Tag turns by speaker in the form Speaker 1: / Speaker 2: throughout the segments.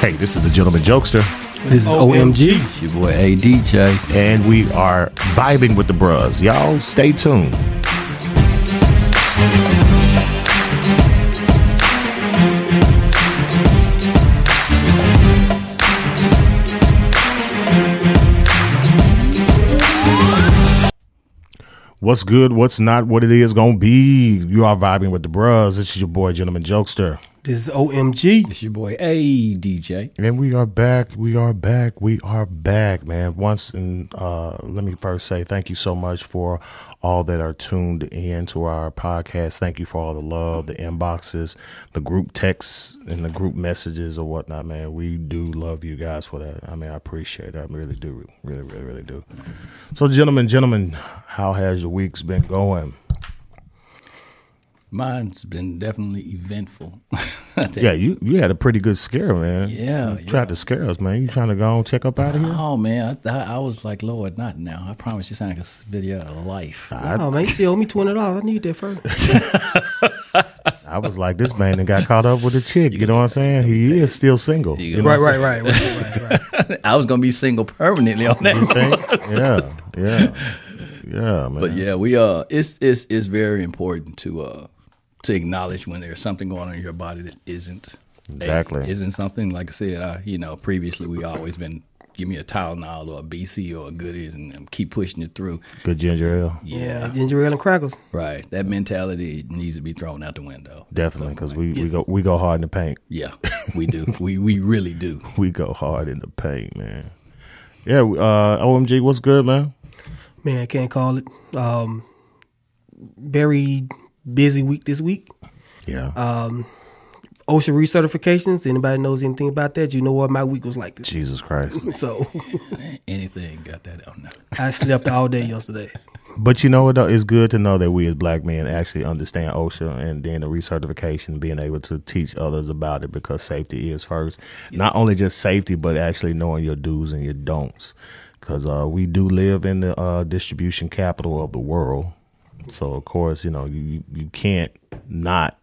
Speaker 1: Hey, this is the Gentleman Jokester,
Speaker 2: This is OMG.
Speaker 3: It's your boy ADJ.
Speaker 1: and we are vibing with the bros. Y'all stay tuned. What's good? What's not? What it is gonna be? You are vibing with the bros. It's your boy, Gentleman Jokester.
Speaker 2: This is OMG.
Speaker 3: It's your boy ADJ.
Speaker 1: And we are back. We are back. We are back, man. Once and uh, let me first say thank you so much for all that are tuned in to our podcast. Thank you for all the love, the inboxes, the group texts, and the group messages or whatnot, man. We do love you guys for that. I mean, I appreciate it. I really do. Really, really, really do. So, gentlemen, gentlemen, how has your weeks been going?
Speaker 3: Mine's been definitely eventful.
Speaker 1: Yeah, you you had a pretty good scare, man.
Speaker 3: Yeah,
Speaker 1: You tried to scare us, man. You trying to go on check up out of here?
Speaker 3: Oh man, I, I, I was like, Lord, not now. I promise you, sound like a video of life.
Speaker 2: Oh man, you still owe me twenty dollars. I need that first.
Speaker 1: I was like, this man that got caught up with a chick. You know what I'm saying? He is still single. You know
Speaker 2: right,
Speaker 1: what
Speaker 2: right, right, right, right, right.
Speaker 3: I was gonna be single permanently on
Speaker 1: I'm
Speaker 3: that.
Speaker 1: saying? Yeah, yeah, yeah, man.
Speaker 3: But yeah, we uh, it's it's it's very important to uh to acknowledge when there's something going on in your body that isn't
Speaker 1: Exactly.
Speaker 3: isn't something like I said. I, you know, previously we always been give me a Tylenol or a BC or a goodies and um, keep pushing it through.
Speaker 1: Good ginger ale.
Speaker 2: Yeah, ginger ale and crackers.
Speaker 3: Right, that mentality needs to be thrown out the window.
Speaker 1: Definitely, because we, we go we go hard in the paint.
Speaker 3: Yeah, we do. we we really do.
Speaker 1: We go hard in the paint, man. Yeah. Uh, OMG, what's good, man?
Speaker 2: Man, I can't call it. Um, very busy week this week.
Speaker 1: Yeah.
Speaker 2: OSHA recertifications. Anybody knows anything about that? You know what my week was like this.
Speaker 1: Jesus Christ.
Speaker 2: So
Speaker 3: Anything got that on there.
Speaker 2: I slept all day yesterday.
Speaker 1: But you know what? though? It's good to know that we as black men actually understand OSHA and then the recertification, being able to teach others about it because safety is first. Not only just safety, but actually knowing your do's and your don'ts. Because uh, we do live in the uh, distribution capital of the world. So, of course, you know, you, you- you can't not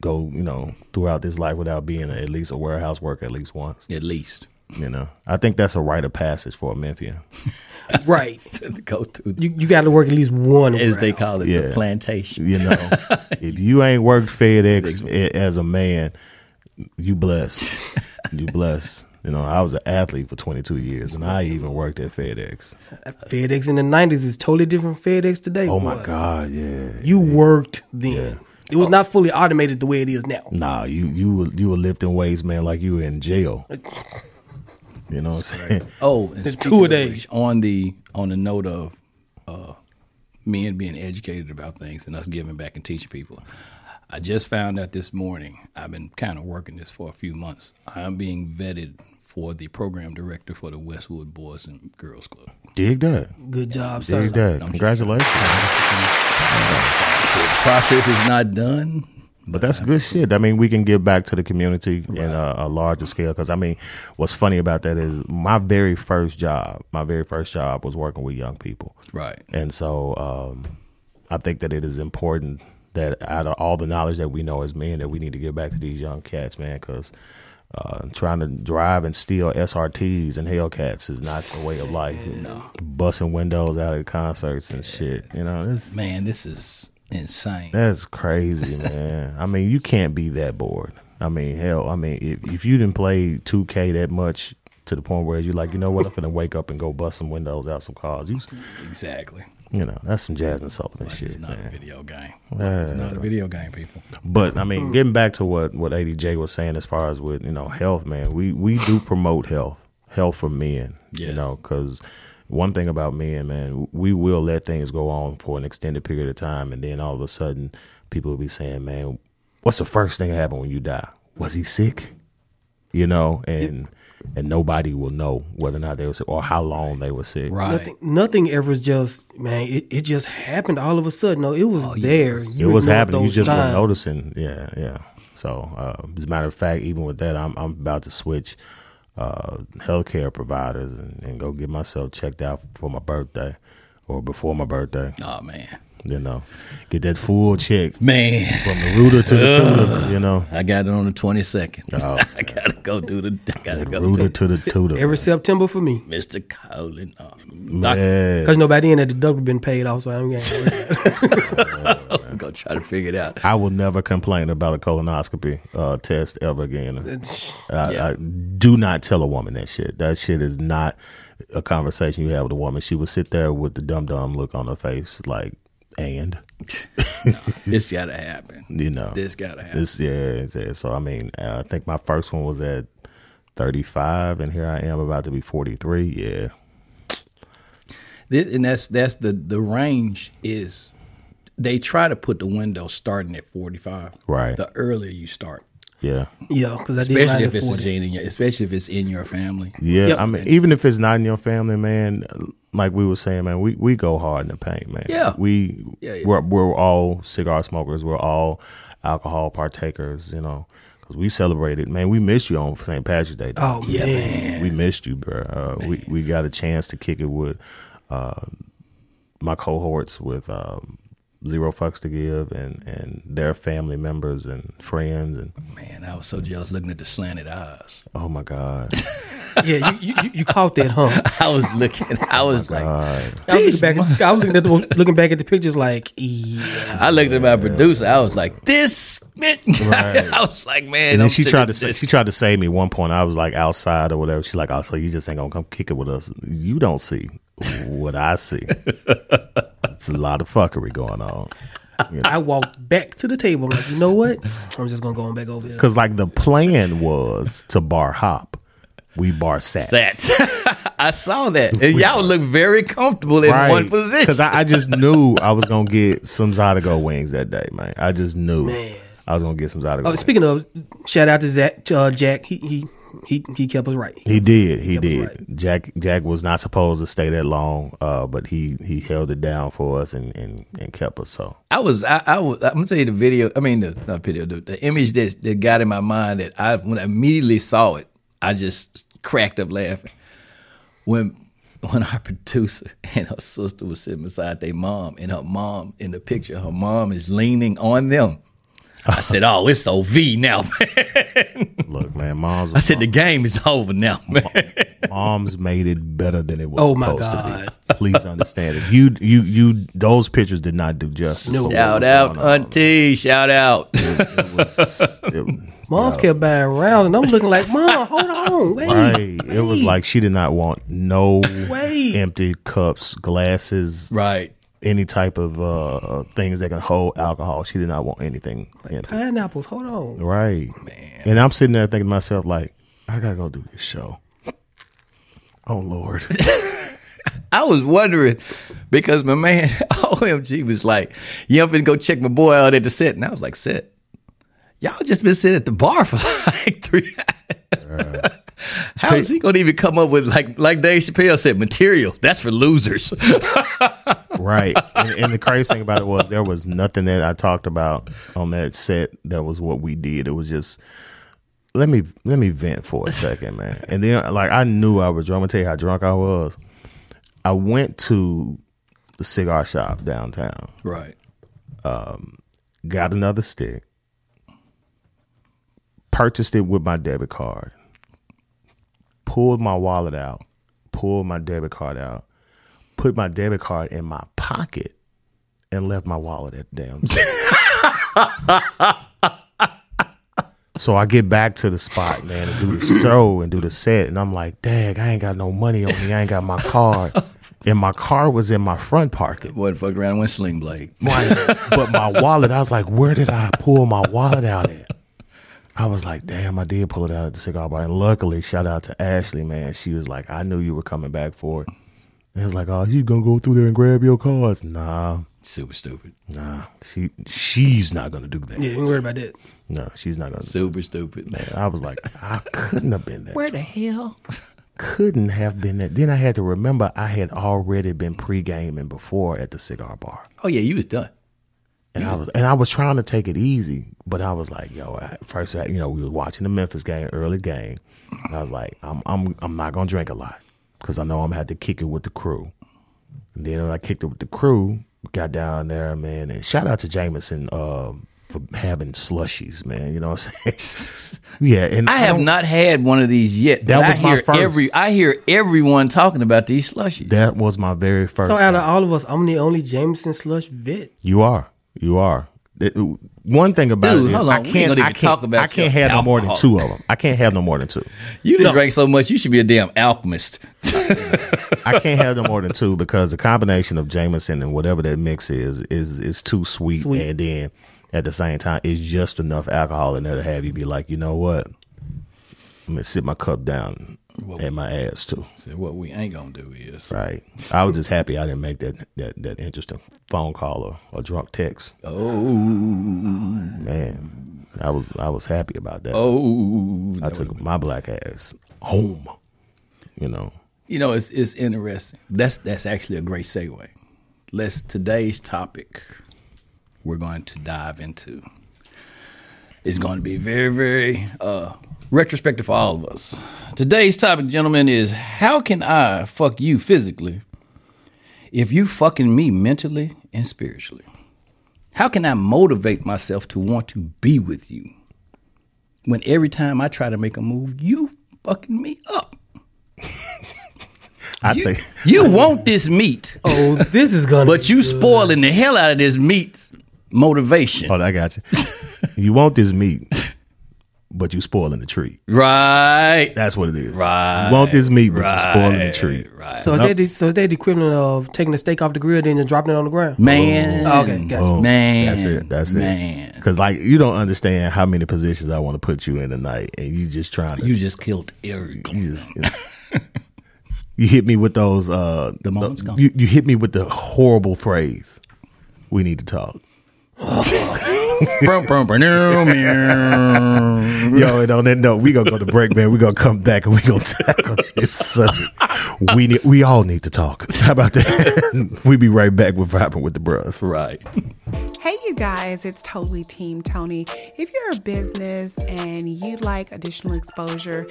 Speaker 1: go, you know, throughout this life without being at least a warehouse worker at least once.
Speaker 3: At least
Speaker 1: You know, I think that's a rite of passage for a Memphian.
Speaker 2: Right.
Speaker 3: to go through,
Speaker 2: You you got to work at least one.
Speaker 3: as they
Speaker 2: warehouse.
Speaker 3: call it,
Speaker 1: Yeah.
Speaker 3: the plantation.
Speaker 1: You know, if you ain't worked FedEx a- as a man, you blessed. You blessed. You know, I was an athlete for 22 years, and I even worked at FedEx.
Speaker 2: FedEx in the nineties is totally different from FedEx today.
Speaker 1: Oh my
Speaker 2: boy.
Speaker 1: God, yeah.
Speaker 2: You worked then. It was not fully automated the way it is now.
Speaker 1: Nah, you you were, you were lifting weights, man, like you were in jail. You know what I'm saying?
Speaker 3: Oh, and speaking
Speaker 2: two a
Speaker 3: of
Speaker 2: day.
Speaker 3: which, on the on the note of uh, men being educated about things and us giving back and teaching people, I just found out this morning. I've been kind of working this for a few months. I'm being vetted for the program director for the Westwood Boys and Girls Club.
Speaker 1: Dig that.
Speaker 2: Good job, sir.
Speaker 1: Dig that. Congratulations.
Speaker 3: So the process is not done.
Speaker 1: But that's good shit. I mean, we can give back to the community in a, a larger scale. Because I mean, what's funny about that is my very first job, my very first job was working with young people.
Speaker 3: Right.
Speaker 1: And so um, I think that it is important that out of all the knowledge that we know as men, that we need to give back to these young cats, man, because uh, trying to drive and steal SRTs and Hellcats is not the way of life. No. Busting windows out of concerts and shit. You know, it's,
Speaker 3: Man, this is insane.
Speaker 1: that's crazy, man. I mean, you can't be that bored. I mean, hell, I mean, if, if you didn't play 2K that much to the point where you're like, you know what, I'm going to wake up and go bust some windows out some cars. You,
Speaker 3: Exactly.
Speaker 1: you know, that's some Jasmine Sullivan shit,
Speaker 3: It's not
Speaker 1: man.
Speaker 3: a video game. It's not a video game, people.
Speaker 1: But I mean, getting back to what what ADJ was saying as far as with you know health, man, we we do promote health, health for men. You
Speaker 3: Yes.
Speaker 1: know, because one thing about men, man, we will let things go on for an extended period of time, and then all of a sudden, people will be saying, "Man, what's the first thing that happened when you die? Was he sick?" You know, and and nobody will know whether or not they were sick or how long they were sick.
Speaker 3: Right.
Speaker 2: Nothing, nothing ever is just man. It, it just happened all of a sudden. No, it was there.
Speaker 1: Oh, it
Speaker 2: You
Speaker 1: was
Speaker 2: ignored
Speaker 1: happening. You
Speaker 2: those
Speaker 1: just
Speaker 2: signs.
Speaker 1: were noticing. Yeah, yeah. So, uh, as a matter of fact, even with that, I'm I'm about to switch uh, healthcare providers and, and go get myself checked out for my birthday or before my birthday.
Speaker 3: Oh man.
Speaker 1: You know, get that full check
Speaker 3: Man,
Speaker 1: from the rooter to the tutor. You know,
Speaker 3: I got it on the 22nd.
Speaker 1: Oh.
Speaker 3: I gotta go do the. I gotta go
Speaker 1: rooter to
Speaker 3: do
Speaker 1: the tutor.
Speaker 2: Every September for me.
Speaker 3: Mr. Colin. Uh, Doc,
Speaker 1: Man,
Speaker 2: Because nobody in that deductible been paid off, so I don't get
Speaker 3: I'm gonna try to figure it out.
Speaker 1: I will never complain about a colonoscopy uh, test ever again. I, I, do not tell a woman that shit. That shit is not a conversation you have with a woman. She will sit there with the dumb dumb look on her face, like, and
Speaker 3: This gotta happen.
Speaker 1: you know,
Speaker 3: This gotta happen.
Speaker 1: This yeah, it's- yeah. So I mean, I think my first one was at 35, and here I am about to be 43. Yeah,
Speaker 3: Thi- and that's that's the the range is. They try to put the window starting at 45.
Speaker 1: Right.
Speaker 3: The earlier you start,
Speaker 1: yeah,
Speaker 2: Yeah, because I did
Speaker 3: especially
Speaker 2: mine
Speaker 3: if
Speaker 2: at
Speaker 3: it's a
Speaker 2: 40.
Speaker 3: gene in your, especially if it's in your family.
Speaker 1: yeah.
Speaker 2: Yep.
Speaker 1: I mean, even if it's not in your family, man. Like we were saying, man, we, we go hard in the paint, man.
Speaker 3: Yeah.
Speaker 1: we
Speaker 3: Yeah, yeah.
Speaker 1: We're, we're all cigar smokers. We're all alcohol partakers. You know, because we celebrated, man. We missed you on St. Patrick's Day. dog.
Speaker 2: Oh, man.
Speaker 1: we missed you, bro. Uh, we we got a chance to kick it with uh, my cohorts with um, zero fucks to give and and their family members and friends and
Speaker 3: Man, I was so jealous looking at the slanted eyes.
Speaker 1: oh my god,
Speaker 2: Yeah, you, you, you- you caught that, huh?
Speaker 3: I was looking. I
Speaker 1: Oh
Speaker 3: was like,
Speaker 2: I was,
Speaker 3: These
Speaker 2: looking back at, I was looking, at the, looking back at the pictures like, yeah.
Speaker 3: I looked at my producer. I was like, this. I was like,
Speaker 1: and
Speaker 3: man. I'm
Speaker 1: then she
Speaker 3: sick
Speaker 1: tried
Speaker 3: of
Speaker 1: to sa-
Speaker 3: this.
Speaker 1: she tried to save me at one point. I was like outside or whatever. She's like, oh, so you just ain't gonna come kick it with us? You don't see what I see. it's a lot of fuckery going on.
Speaker 2: I walked back to the table. I'm like, you know what? I'm just going to go on back over here.
Speaker 1: Cause like the plan was to bar hop, we bar sat.
Speaker 3: that. I saw that. And y'all look very comfortable in one position.
Speaker 1: Because I, I just knew I was gonna get some Zydeco wings that day, man. I just knew I was gonna get some Zydeco.
Speaker 2: Oh,
Speaker 1: wings.
Speaker 2: speaking of, shout out to Zach, to, uh, Jack. He, he he he kept us right.
Speaker 1: He did. He
Speaker 2: That was
Speaker 1: did.
Speaker 2: right.
Speaker 1: Jack Jack was not supposed to stay that long, uh, but he he held it down for us and and, and kept us. So
Speaker 3: I was, I, I was, I'm gonna tell you the video. I mean, the not video, the, the image that that got in my mind that I when I immediately saw it, I just cracked up laughing. When when our producer and her sister was sitting beside their mom, and her mom in the picture, her mom is leaning on them. I said, "Oh, it's OV now." Man.
Speaker 1: look, man, mom's
Speaker 3: I said, "The game is over now." Man.
Speaker 1: mom's made it better than it was.
Speaker 2: Oh, my
Speaker 1: supposed To be. Please understand it. You you you those pictures did not do justice.
Speaker 2: No.
Speaker 1: for what
Speaker 3: Shout
Speaker 1: was
Speaker 3: out,
Speaker 1: going on.
Speaker 3: auntie! Shout out.
Speaker 1: It was- it-
Speaker 2: Mom's kept buying rounds, and I'm looking like, Mom, hold on, wait.
Speaker 1: Right. It was like she did not want no
Speaker 2: Wait.
Speaker 1: empty cups, glasses,
Speaker 3: right.
Speaker 1: any type of uh, things that can hold alcohol. She did not want anything. empty.
Speaker 2: Pineapples, hold on.
Speaker 1: Right. And I'm sitting there thinking to myself, like, I gotta go do this show. Oh Lord.
Speaker 3: I was wondering because my man OMG was like, "You ever go check my boy out at the set?" And I was like, "Set, y'all just been sitting at the bar for like three. How is he gonna even come up with like like Dave Chappelle said material? That's for losers.
Speaker 1: right. And, and the crazy thing about it was there was nothing that I talked about on that set that was what we did. It was just let me let me vent for a second, man. And then like I knew I was drunk. I'm gonna tell you how drunk I was. I went to the cigar shop downtown,
Speaker 3: right?
Speaker 1: got another stick, purchased it with my debit card, pulled my wallet out, pulled my debit card out, put my debit card in my pocket, and left my wallet at the damn. So I get back to the spot, man, and do the show and do the set, and I'm like, "Dag, I ain't got no money on me. I ain't got my card, and my car was in my front pocket."
Speaker 3: Boy, fucked around and went sling blade.
Speaker 1: Right. but my wallet, I was like, where did I pull my wallet out at? I was like, damn, I did pull it out at the cigar bar. And luckily, shout out to Ashley, man. She was like, I knew you were coming back for it. And it was like, oh, you gonna go through there and grab your cards? Nah,
Speaker 3: Super stupid.
Speaker 1: nah. She she's not gonna do that.
Speaker 2: Yeah, ain't worried about that.
Speaker 1: No, she's not gonna. do
Speaker 3: Super stupid. Man.
Speaker 1: that. I was like, I couldn't have been that.
Speaker 3: Where the hell?
Speaker 1: Couldn't have been that. Then I had to remember I had already been pre gaming before at the cigar bar.
Speaker 3: Oh yeah, you was done.
Speaker 1: And I was and I was trying to take it easy, but I was like, yo, I, first I, you know, we were watching the Memphis game, early game. And I was like, I'm I'm I'm not gonna drink a lot because I know I'm gonna have to kick it with the crew. And then when I kicked it with the crew, got down there, man, and shout out to Jameson uh, for having slushies, man. You know what I'm saying? yeah, and
Speaker 3: I have
Speaker 1: don't-
Speaker 3: not had one of these yet.
Speaker 1: That
Speaker 3: but I
Speaker 1: was my
Speaker 3: hear
Speaker 1: first.
Speaker 3: Every, I hear everyone talking about these slushies.
Speaker 1: That was my very first.
Speaker 2: So out of
Speaker 1: one.
Speaker 2: all of us, I'm the only Jameson slush vet.
Speaker 1: you are, you are. It- One thing about
Speaker 3: Dude,
Speaker 1: it is
Speaker 3: hold on.
Speaker 1: I
Speaker 3: We ain't
Speaker 1: can't,
Speaker 3: gonna
Speaker 1: I
Speaker 3: even
Speaker 1: can't,
Speaker 3: talk about
Speaker 1: I can't
Speaker 3: your
Speaker 1: have no more than
Speaker 3: alcohol.
Speaker 1: two of them. I can't have no more than two.
Speaker 3: You didn't drink so much. You should be a damn alchemist.
Speaker 1: I can't have no more than two because the combination of Jameson and whatever that mix is is is too sweet,
Speaker 2: Sweet.
Speaker 1: and then at the same time it's just enough alcohol in there to have you be like, you know what? I'm gonna sit my cup down and my ass too.
Speaker 3: So what we ain't gonna do is
Speaker 1: Right. I was just happy I didn't make that that, that interesting phone call or, or drunk text.
Speaker 3: oh
Speaker 1: Man, I was I was happy about that.
Speaker 3: oh.
Speaker 1: I took my black ass home. You know.
Speaker 3: You know, it's it's interesting. That's that's actually a great segue. Let's today's topic we're going to dive into is going to be very very uh, retrospective for all of us. Today's topic, gentlemen, is how can I fuck you physically if you fucking me mentally and spiritually? How can I motivate myself to want to be with you when every time I try to make a move, you fucking me up?
Speaker 1: I
Speaker 3: You,
Speaker 1: think
Speaker 3: you want this meat,
Speaker 2: Oh, this is gonna.
Speaker 3: but you spoiling the hell out of this meat motivation.
Speaker 1: Hold on, Oh, I got you. you want this meat, but you spoiling the treat.
Speaker 3: Right.
Speaker 1: That's what it is.
Speaker 3: Right.
Speaker 1: You want this meat, but you
Speaker 3: Right.
Speaker 1: spoiling the treat.
Speaker 3: Right.
Speaker 2: so is that the, so is that the equivalent of taking the steak off the grill and then dropping it on the ground?
Speaker 3: Man.
Speaker 2: Oh, okay, gotcha.
Speaker 1: Boom.
Speaker 3: Man.
Speaker 1: That's it. That's it.
Speaker 3: Man.
Speaker 1: Because like you don't understand how many positions I want to put you in tonight, and you just trying to.
Speaker 3: You just killed Eric.
Speaker 1: you, just- you know. You hit me with those. Uh,
Speaker 3: The moment's gone.
Speaker 1: You, you hit me with the horrible phrase. We need to talk.
Speaker 3: Brum, brum, brum, meow, meow.
Speaker 1: Yo, and on that note, we gonna go to break, man. We gonna come back and we gonna tackle this subject. We need, we all need to talk. How about that? we be right back with vibing with the bros.
Speaker 3: right.
Speaker 4: Hey, you guys, it's totally Team Tony. If you're a business and you'd like additional exposure,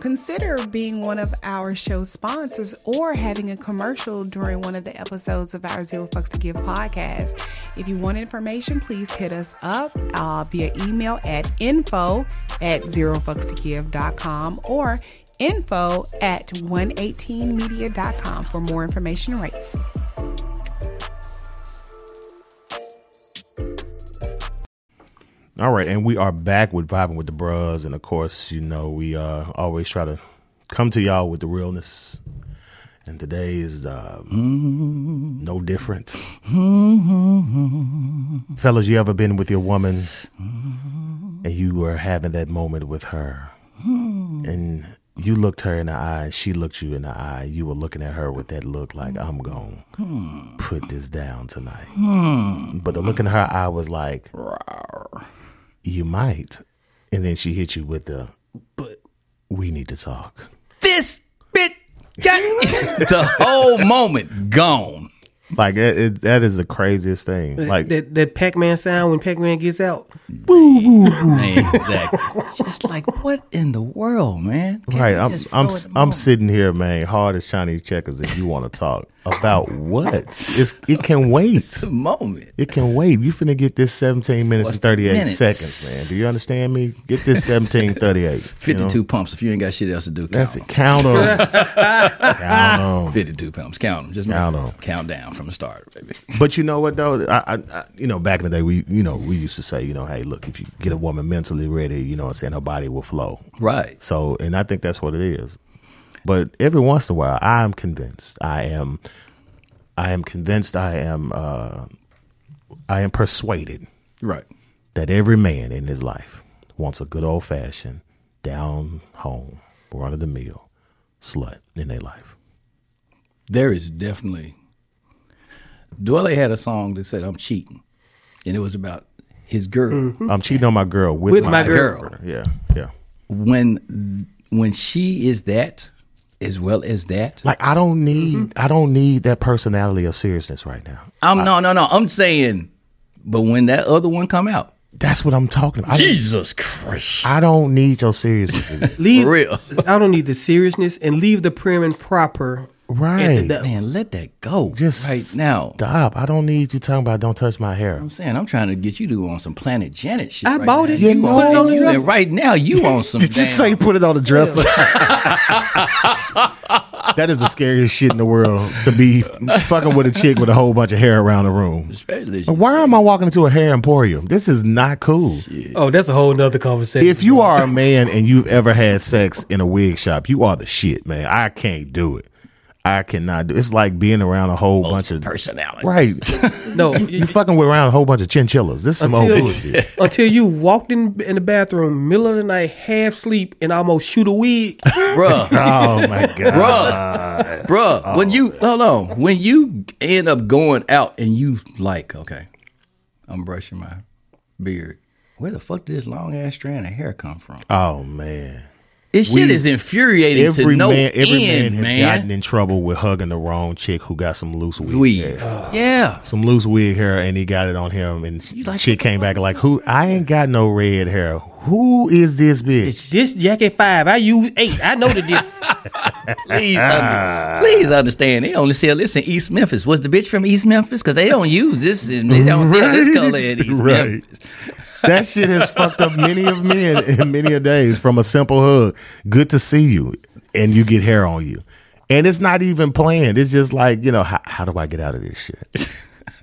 Speaker 4: consider being one of our show sponsors or having a commercial during one of the episodes of our Zero Fucks to Give podcast. If you want information, please hit us up uh, via email at info at zerofuckstogive.com or info at 118media.com for more information and rates.
Speaker 1: All right, and we are back with vibing with the bros, and of course, you know we uh, always try to come to y'all with the realness. And today is uh, no different, fellas. You ever been with your woman, and you were having that moment with her, and you looked her in the eye, and she looked you in the eye. You were looking at her with that look like I'm gonna put this down tonight, but the look in her eye was like you might. And then she hit you with the,
Speaker 2: But
Speaker 1: we need to talk.
Speaker 3: This bit got the whole moment gone.
Speaker 1: Like, it, it, that is the craziest thing. Like,
Speaker 2: that that Pac Man sound when Pac Man gets out.
Speaker 3: Exactly. Just like, what in the world, man? Can't
Speaker 1: right.
Speaker 3: we
Speaker 1: I'm,
Speaker 3: just
Speaker 1: I'm,
Speaker 3: flow
Speaker 1: s-
Speaker 3: with the
Speaker 1: I'm
Speaker 3: moment?
Speaker 1: sitting here, man, hard as Chinese checkers. If you want to talk about what? It's, it can wait.
Speaker 3: It's a moment.
Speaker 1: It can wait. You finna get this 17 minutes and 38
Speaker 3: minutes.
Speaker 1: seconds, man. Do you understand me? Get this 17, 38. you know?
Speaker 3: 52 pumps if you ain't got shit else to do.
Speaker 1: That's it. Count
Speaker 3: count
Speaker 1: on. Count on.
Speaker 3: 52 pumps. Count them. Just
Speaker 1: Count
Speaker 3: count them.
Speaker 1: 'em.
Speaker 3: Count down from the start, baby.
Speaker 1: But you know what though, I, I, I you know back in the day we you know we used to say you know hey look if you get a woman mentally ready you know what I'm saying her body will flow
Speaker 3: Right.
Speaker 1: so and I think that's what it is. But every once in a while I am convinced I am I am convinced I am uh, I am persuaded
Speaker 3: Right.
Speaker 1: that every man in his life wants a good old fashioned down home run of the mill slut in their life.
Speaker 3: There is definitely. Dwelle had a song that said, I'm cheating. And it was about his girl.
Speaker 1: I'm cheating on my girl with,
Speaker 2: With my
Speaker 3: girl.
Speaker 1: Yeah, yeah.
Speaker 3: When when she is that, as well as that.
Speaker 1: Like I don't need
Speaker 3: Mm-hmm.
Speaker 1: I don't need that personality of seriousness right now.
Speaker 3: I'm no, no, no. I'm saying, but when that other one come out.
Speaker 1: That's what I'm talking about. I don't,
Speaker 3: Jesus Christ.
Speaker 1: I don't need your seriousness.
Speaker 2: Leave.
Speaker 3: For real.
Speaker 2: I don't need the seriousness and leave the prim and proper
Speaker 1: Right.
Speaker 3: That- man, let that go.
Speaker 1: Just
Speaker 3: right now.
Speaker 1: Stop. I don't need you talking about don't touch my hair.
Speaker 3: I'm saying I'm trying to get you to on some Planet Janet shit.
Speaker 2: I
Speaker 3: right
Speaker 2: bought
Speaker 3: now.
Speaker 2: it. You
Speaker 3: You
Speaker 1: know.
Speaker 3: on-
Speaker 1: Put it on the
Speaker 3: you-
Speaker 2: dresser.
Speaker 3: and Right now, you on some.
Speaker 1: Did you
Speaker 3: damn-
Speaker 1: say put it on the dresser? that is the scariest shit in the world to be fucking with a chick with a whole bunch of hair around the room.
Speaker 3: Especially this-
Speaker 1: Why am I walking into a hair emporium? This is not cool.
Speaker 2: Oh, that's a whole nother conversation.
Speaker 1: If you are a man and you've ever had sex in a wig shop, you are the shit, man. I can't do it. I cannot do. It's like being around a whole bunch of
Speaker 3: personality.
Speaker 1: Right.
Speaker 2: no,
Speaker 1: you fucking with around a whole bunch of chinchillas. This is some old
Speaker 2: until,
Speaker 1: bullshit.
Speaker 2: until you walked in in the bathroom, middle of the night, half sleep, and almost shoot a wig.
Speaker 3: bruh,
Speaker 1: Oh my god.
Speaker 3: bruh, bruh. when you
Speaker 1: Oh.
Speaker 3: hold on, when you end up going out and you like, okay, I'm brushing my beard. Where the fuck did this long ass strand of hair come from?
Speaker 1: Oh man.
Speaker 3: This shit is infuriating
Speaker 1: Every
Speaker 3: to no
Speaker 1: man, every man
Speaker 3: end,
Speaker 1: has
Speaker 3: man.
Speaker 1: gotten in trouble with hugging the wrong chick who got some loose wig.
Speaker 3: Weave.
Speaker 1: hair.
Speaker 3: Yeah.
Speaker 1: Some loose wig hair, and he got it on him, and
Speaker 3: like-
Speaker 1: chick came back like, "Who? I ain't got no red hair. Who is this bitch?"
Speaker 2: This jacket five, I use eight. I know the difference.
Speaker 3: Please, under, please understand. They only sell this in East Memphis. Was the bitch from East Memphis? Because they don't use this. in- They don't sell this
Speaker 1: Right.
Speaker 3: color in East
Speaker 1: Right.
Speaker 3: Memphis.
Speaker 1: That shit has fucked up many of men in many a days from a simple hug. Good to see you, and you get hair on you, and it's not even planned. It's just like you know, how, how do I get out of this shit?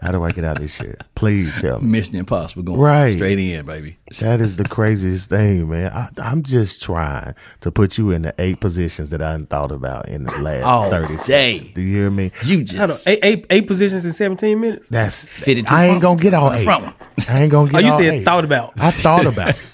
Speaker 1: How do I get out of this shit? Please tell me.
Speaker 3: Mission Impossible going
Speaker 1: Right.
Speaker 3: straight in, baby.
Speaker 1: That is the craziest thing, man. I, I'm just trying to put you in the eight positions that I hadn't thought about in the last
Speaker 3: All
Speaker 1: 30 seconds.
Speaker 3: day.
Speaker 1: Do you hear me?
Speaker 3: You
Speaker 2: I don't-
Speaker 3: just
Speaker 2: eight, eight, eight positions in seventeen minutes.
Speaker 1: That's
Speaker 3: Fitted
Speaker 1: I
Speaker 3: two
Speaker 1: ain't gonna get all eight.
Speaker 3: front one.
Speaker 1: I ain't gonna get.
Speaker 2: Oh, you
Speaker 1: all
Speaker 2: said
Speaker 1: eight.
Speaker 2: thought about.
Speaker 1: I thought about. it.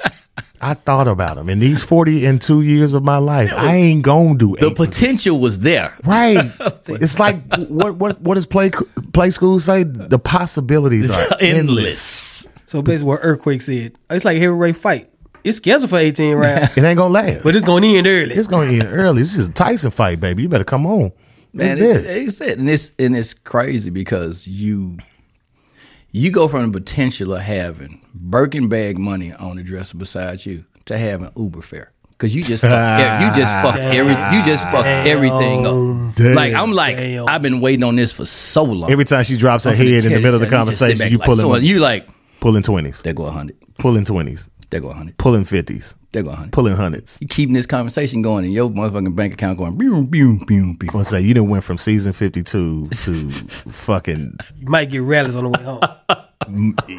Speaker 1: I thought about them in these forty and two years of my life. I ain't gonna do
Speaker 3: the
Speaker 1: eight.
Speaker 3: potential was there.
Speaker 1: right. it's like what what what does play play school say? The possibilities are endless.
Speaker 3: Endless.
Speaker 2: So basically, what Earthquake said, it's like a heavyweight fight. It's scheduled for eighteen rounds,
Speaker 1: It ain't gonna last.
Speaker 2: but it's going to end early.
Speaker 1: it's gonna end early. This is a Tyson fight, baby. You better come on.
Speaker 3: Man,
Speaker 1: That's
Speaker 3: it,
Speaker 1: it.
Speaker 3: it's it. And it's and it's crazy because you you go from the potential of having Birkin bag money on the dresser beside you to having Uber fare. Cause you just fuck, ev- you just fuck every you just fuck everything up.
Speaker 1: Damn.
Speaker 3: like I'm like
Speaker 2: Damn.
Speaker 3: I've been waiting on this for so long.
Speaker 1: Every time she drops her
Speaker 3: I'm finna
Speaker 1: head in
Speaker 3: tear
Speaker 1: the middle of the
Speaker 3: this out. just sit
Speaker 1: conversation,
Speaker 3: back
Speaker 1: you
Speaker 3: like,
Speaker 1: pulling
Speaker 3: so you like
Speaker 1: pulling twenties,
Speaker 3: there go a hundred,
Speaker 1: pulling twenties,
Speaker 3: there go a hundred,
Speaker 1: pulling fifties,
Speaker 3: there go a hundred.
Speaker 1: pulling hundreds.
Speaker 3: You keeping this conversation going and your motherfucking bank account going boom boom boom boom.
Speaker 1: I'm gonna say you done went from season fifty two to fucking
Speaker 2: You might get rallies on the way home.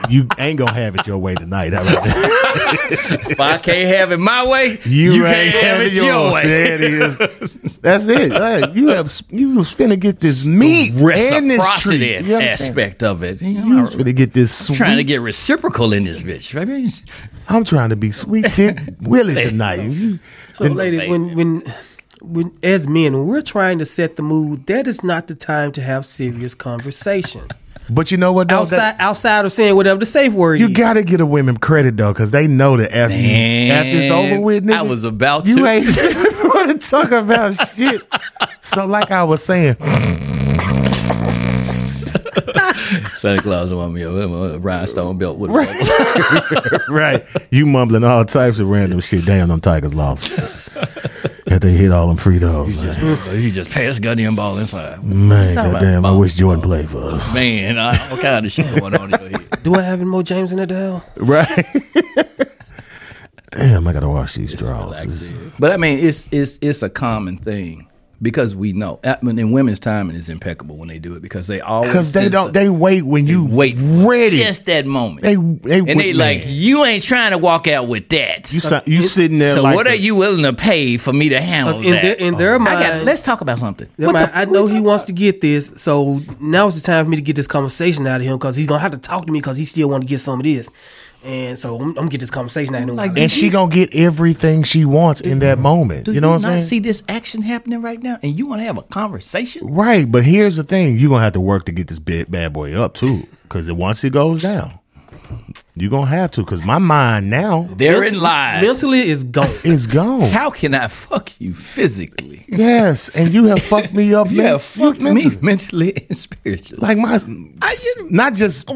Speaker 1: you ain't gonna have it your way tonight. That was-
Speaker 3: If I can't have it my way, you, can't have it your way.
Speaker 1: There it is. That's it. Hey, you have you was finna get this meat and this
Speaker 3: reciprocity
Speaker 1: treat. You understand?
Speaker 3: aspect of it. You know,
Speaker 1: You
Speaker 3: I'm
Speaker 1: was finna get this sweet.
Speaker 3: trying to get reciprocal in this bitch. baby.
Speaker 1: I'm trying to be sweet Dick Willie tonight. You-
Speaker 2: So, ladies, when when when as men, when we're trying to set the mood, that is not the time to have serious conversation.
Speaker 1: but you know what? Though,
Speaker 2: outside
Speaker 1: That-
Speaker 2: outside of saying whatever the safe word
Speaker 1: you
Speaker 2: is.
Speaker 1: gotta get a women credit though, cause they know that after
Speaker 3: Man,
Speaker 1: you, after it's over with, nigga,
Speaker 3: I was about
Speaker 1: you
Speaker 3: to.
Speaker 1: ain't want to talk about shit. So like I was saying,
Speaker 3: Santa Claus want me a, a rhinestone belt with
Speaker 1: right. You mumbling all types of random shit. Damn, them Tigers lost. That they hit all them free throws.
Speaker 3: you just pass goddamn ball inside.
Speaker 1: Man, goddamn, I wish Jordan played for us.
Speaker 3: Man, I, what kind of shit going on in your head?
Speaker 2: Do I have any more James and Adele?
Speaker 1: Right. Damn, I gotta wash these drawers. This-
Speaker 3: But I mean, it's it's it's a common thing because we know. I mean, and women's timing is impeccable when they do it because they always
Speaker 1: Cause they
Speaker 3: sense
Speaker 1: don't.
Speaker 3: the-
Speaker 1: They wait when you
Speaker 3: wait for
Speaker 1: ready.
Speaker 3: just that moment.
Speaker 1: They- they
Speaker 3: and they
Speaker 1: wait,
Speaker 3: like
Speaker 1: man.
Speaker 3: you ain't trying to walk out with that.
Speaker 1: you si- you sitting there
Speaker 3: so
Speaker 1: like
Speaker 3: what
Speaker 1: the-
Speaker 3: are you willing to pay for me to handle
Speaker 2: Because in
Speaker 3: Oh, that?
Speaker 2: their in their mind,
Speaker 3: I got, let's talk about something.
Speaker 2: their
Speaker 3: What the
Speaker 2: mind,
Speaker 3: f-
Speaker 2: I know he wants to get this, so now's the time for me to get this conversation out of him because he's gonna have to talk to me because he still want to get some of this, and so I'm, I'm gonna get this conversation out of him.
Speaker 3: Like,
Speaker 1: And she gonna get everything she wants in that moment.
Speaker 3: do
Speaker 1: You know
Speaker 3: you
Speaker 1: what
Speaker 3: not
Speaker 1: I'm saying?
Speaker 3: see this action happening right now, and you want to have a conversation?
Speaker 1: Right, but here's the thing: you're gonna have to work to get this bad, bad boy up too, because once it goes down, You're going to have to because my mind now
Speaker 3: Therein lies.
Speaker 2: Mentally is gone.
Speaker 1: is gone.
Speaker 3: How can I fuck you physically?
Speaker 1: yes. And you have fucked me up.
Speaker 3: You
Speaker 1: man.
Speaker 3: have fucked me
Speaker 1: mentally.
Speaker 3: mentally and spiritually.
Speaker 1: Like my,
Speaker 3: I didn't-
Speaker 1: not just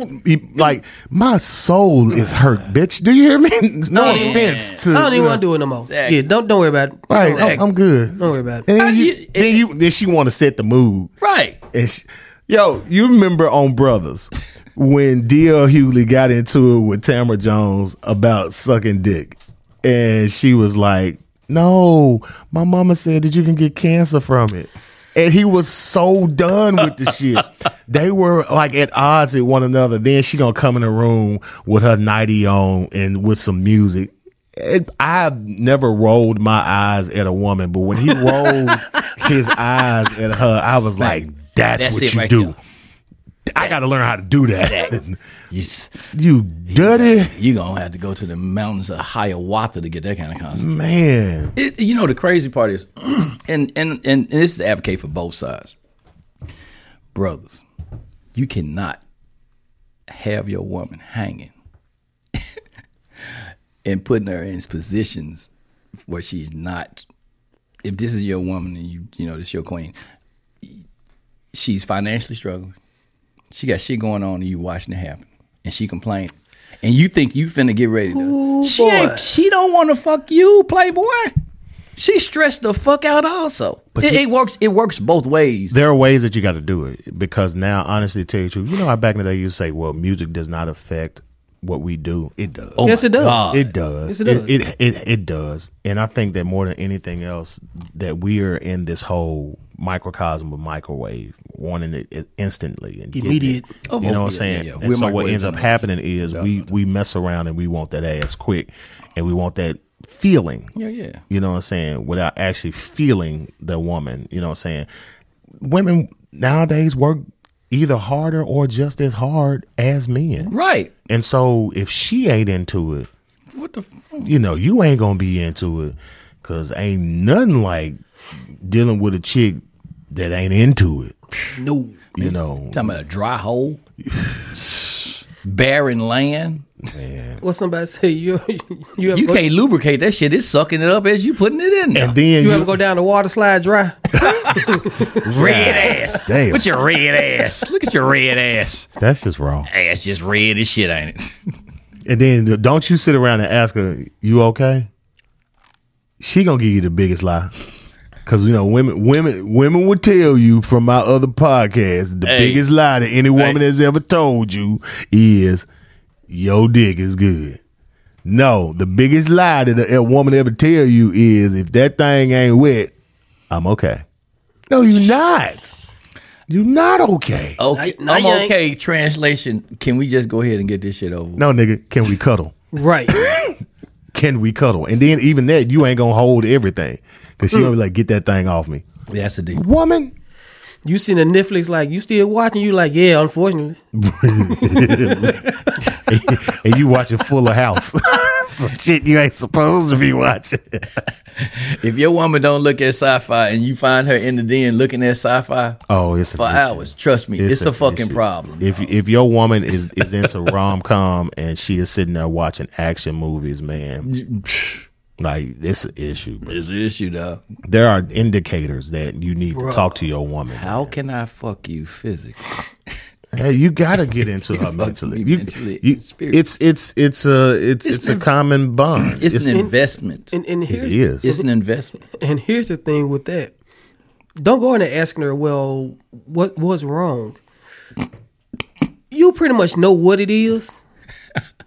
Speaker 1: like my soul is hurt, bitch. Do you hear me? No
Speaker 2: Yeah.
Speaker 1: offense to
Speaker 2: I don't
Speaker 1: you
Speaker 2: even
Speaker 1: know.
Speaker 2: want to do it no more.
Speaker 3: Exactly.
Speaker 2: Yeah, don't don't worry about it.
Speaker 1: Right,
Speaker 2: Don't-
Speaker 1: I'm, I'm good.
Speaker 2: Don't worry about it.
Speaker 1: And
Speaker 3: I-
Speaker 1: then
Speaker 3: you-
Speaker 1: you, then you, then she want to set the mood.
Speaker 3: Right.
Speaker 1: And she, yo, you remember on Brothers when D.L. Hughley got into it with Tamra Jones about sucking dick, and she was like, "No, my mama said that you can get cancer from it." And he was so done with the shit. They were like at odds with one another. Then she gonna come in the room with her nighty on and with some music. It, I've never rolled my eyes at a woman, but when he rolled his eyes at her, I was like, "That's,
Speaker 3: That's
Speaker 1: what
Speaker 3: it
Speaker 1: you
Speaker 3: right
Speaker 1: do."
Speaker 3: there.
Speaker 1: I got to learn how to do that.
Speaker 3: You, s-
Speaker 1: you dirty
Speaker 3: you gonna have to go to the mountains of Hiawatha to get that kind of concept.
Speaker 1: man.
Speaker 3: It, you know the crazy part is, and, and and and this is to advocate for both sides, brothers. You cannot have your woman hanging and putting her in positions where she's not. If this is your woman and you you know this your queen, she's financially struggling. She got shit going on and you watching it happen, and she complaining. And you think you finna get ready to? she ain't. She don't want to fuck you, playboy. She stressed the fuck out. Also, it, it works. It works both ways.
Speaker 1: There are ways that you got to do it because now, honestly, to tell you the truth, you know how back in the day you say, "Well, music does not affect what we do." It does.
Speaker 3: Oh
Speaker 2: Yes,
Speaker 3: my
Speaker 2: it does.
Speaker 3: God.
Speaker 1: It does.
Speaker 2: Yes, it does.
Speaker 1: It, it it it does. And I think that more than anything else, that we are in this whole microcosm of microwave, wanting it i- instantly and getting
Speaker 2: Immediate.
Speaker 1: It, you know what I'm
Speaker 3: Oh, Yeah, yeah,
Speaker 1: saying?
Speaker 3: yeah.
Speaker 1: And
Speaker 3: We're
Speaker 1: so what
Speaker 3: microwave
Speaker 1: ends up
Speaker 3: generation.
Speaker 1: happening is we we mess around and we want that ass quick, and we want that feeling.
Speaker 3: Yeah, yeah.
Speaker 1: You know what I'm saying? Without actually feeling the woman. You know what I'm saying? Women nowadays work either harder or just as hard as men.
Speaker 3: Right.
Speaker 1: And so if she ain't into it,
Speaker 3: What the? Fuck?
Speaker 1: you know, you ain't gonna be into it because ain't nothing like dealing with a chick that ain't into it.
Speaker 2: No.
Speaker 1: You know,
Speaker 3: Talking about a dry hole, barren land.
Speaker 2: What somebody say you you ever
Speaker 3: You
Speaker 2: go,
Speaker 3: can't lubricate that shit. It's sucking it up as you putting it in there.
Speaker 1: and then you,
Speaker 2: you ever go down the water slide dry?
Speaker 3: red ass.
Speaker 1: damn,
Speaker 3: What's your red ass? Look at your red ass.
Speaker 1: that's just wrong.
Speaker 3: Ass just red as shit, ain't it?
Speaker 1: And then don't you sit around and ask her, "You okay?" She gonna give you the biggest lie. Cause you know women, women, women will tell you from my other podcast the
Speaker 3: Hey.
Speaker 1: biggest lie that any woman has ever told you is your dick is good. No, the biggest lie that a, a woman ever tell you is if that thing ain't wet, I'm okay. No, you not. You not okay.
Speaker 3: Okay,
Speaker 2: Now- now
Speaker 3: I'm
Speaker 2: you ain't-
Speaker 3: okay. Translation: Can we just go ahead and get this shit over? with?
Speaker 1: No, nigga, can we cuddle?
Speaker 2: Right.
Speaker 1: can we cuddle? And then even that, you ain't gonna hold everything because she gonna be like, get that thing off me,
Speaker 3: That's a deep.
Speaker 1: Hmm. woman.
Speaker 2: You seen a Netflix like you still watching? You like yeah, unfortunately.
Speaker 1: and you watching Fuller House, some shit you ain't supposed to be watching.
Speaker 3: If your woman don't look at sci-fi and you find her in the den looking at sci-fi
Speaker 1: Oh, it's an
Speaker 3: for
Speaker 1: issue.
Speaker 3: hours, trust me, it's, a, fucking
Speaker 1: issue.
Speaker 3: problem.
Speaker 1: If if your woman is is into rom com and she is sitting there watching action movies, man, like it's an issue. Bro.
Speaker 3: It's an issue, though.
Speaker 1: There are indicators that you need to talk to your woman.
Speaker 3: How can I fuck you physically?
Speaker 1: Hey, you gotta get into her mentally.
Speaker 3: me
Speaker 1: You,
Speaker 3: mentally
Speaker 1: you-
Speaker 3: and spiritually.
Speaker 1: it's it's it's a it's it's, a
Speaker 3: an-
Speaker 1: common bond.
Speaker 3: It's, an investment.
Speaker 2: And and here's
Speaker 1: it is.
Speaker 3: it's an investment.
Speaker 2: and here's the thing with that. Don't go in there asking her, well, what was wrong? You pretty much know what it is.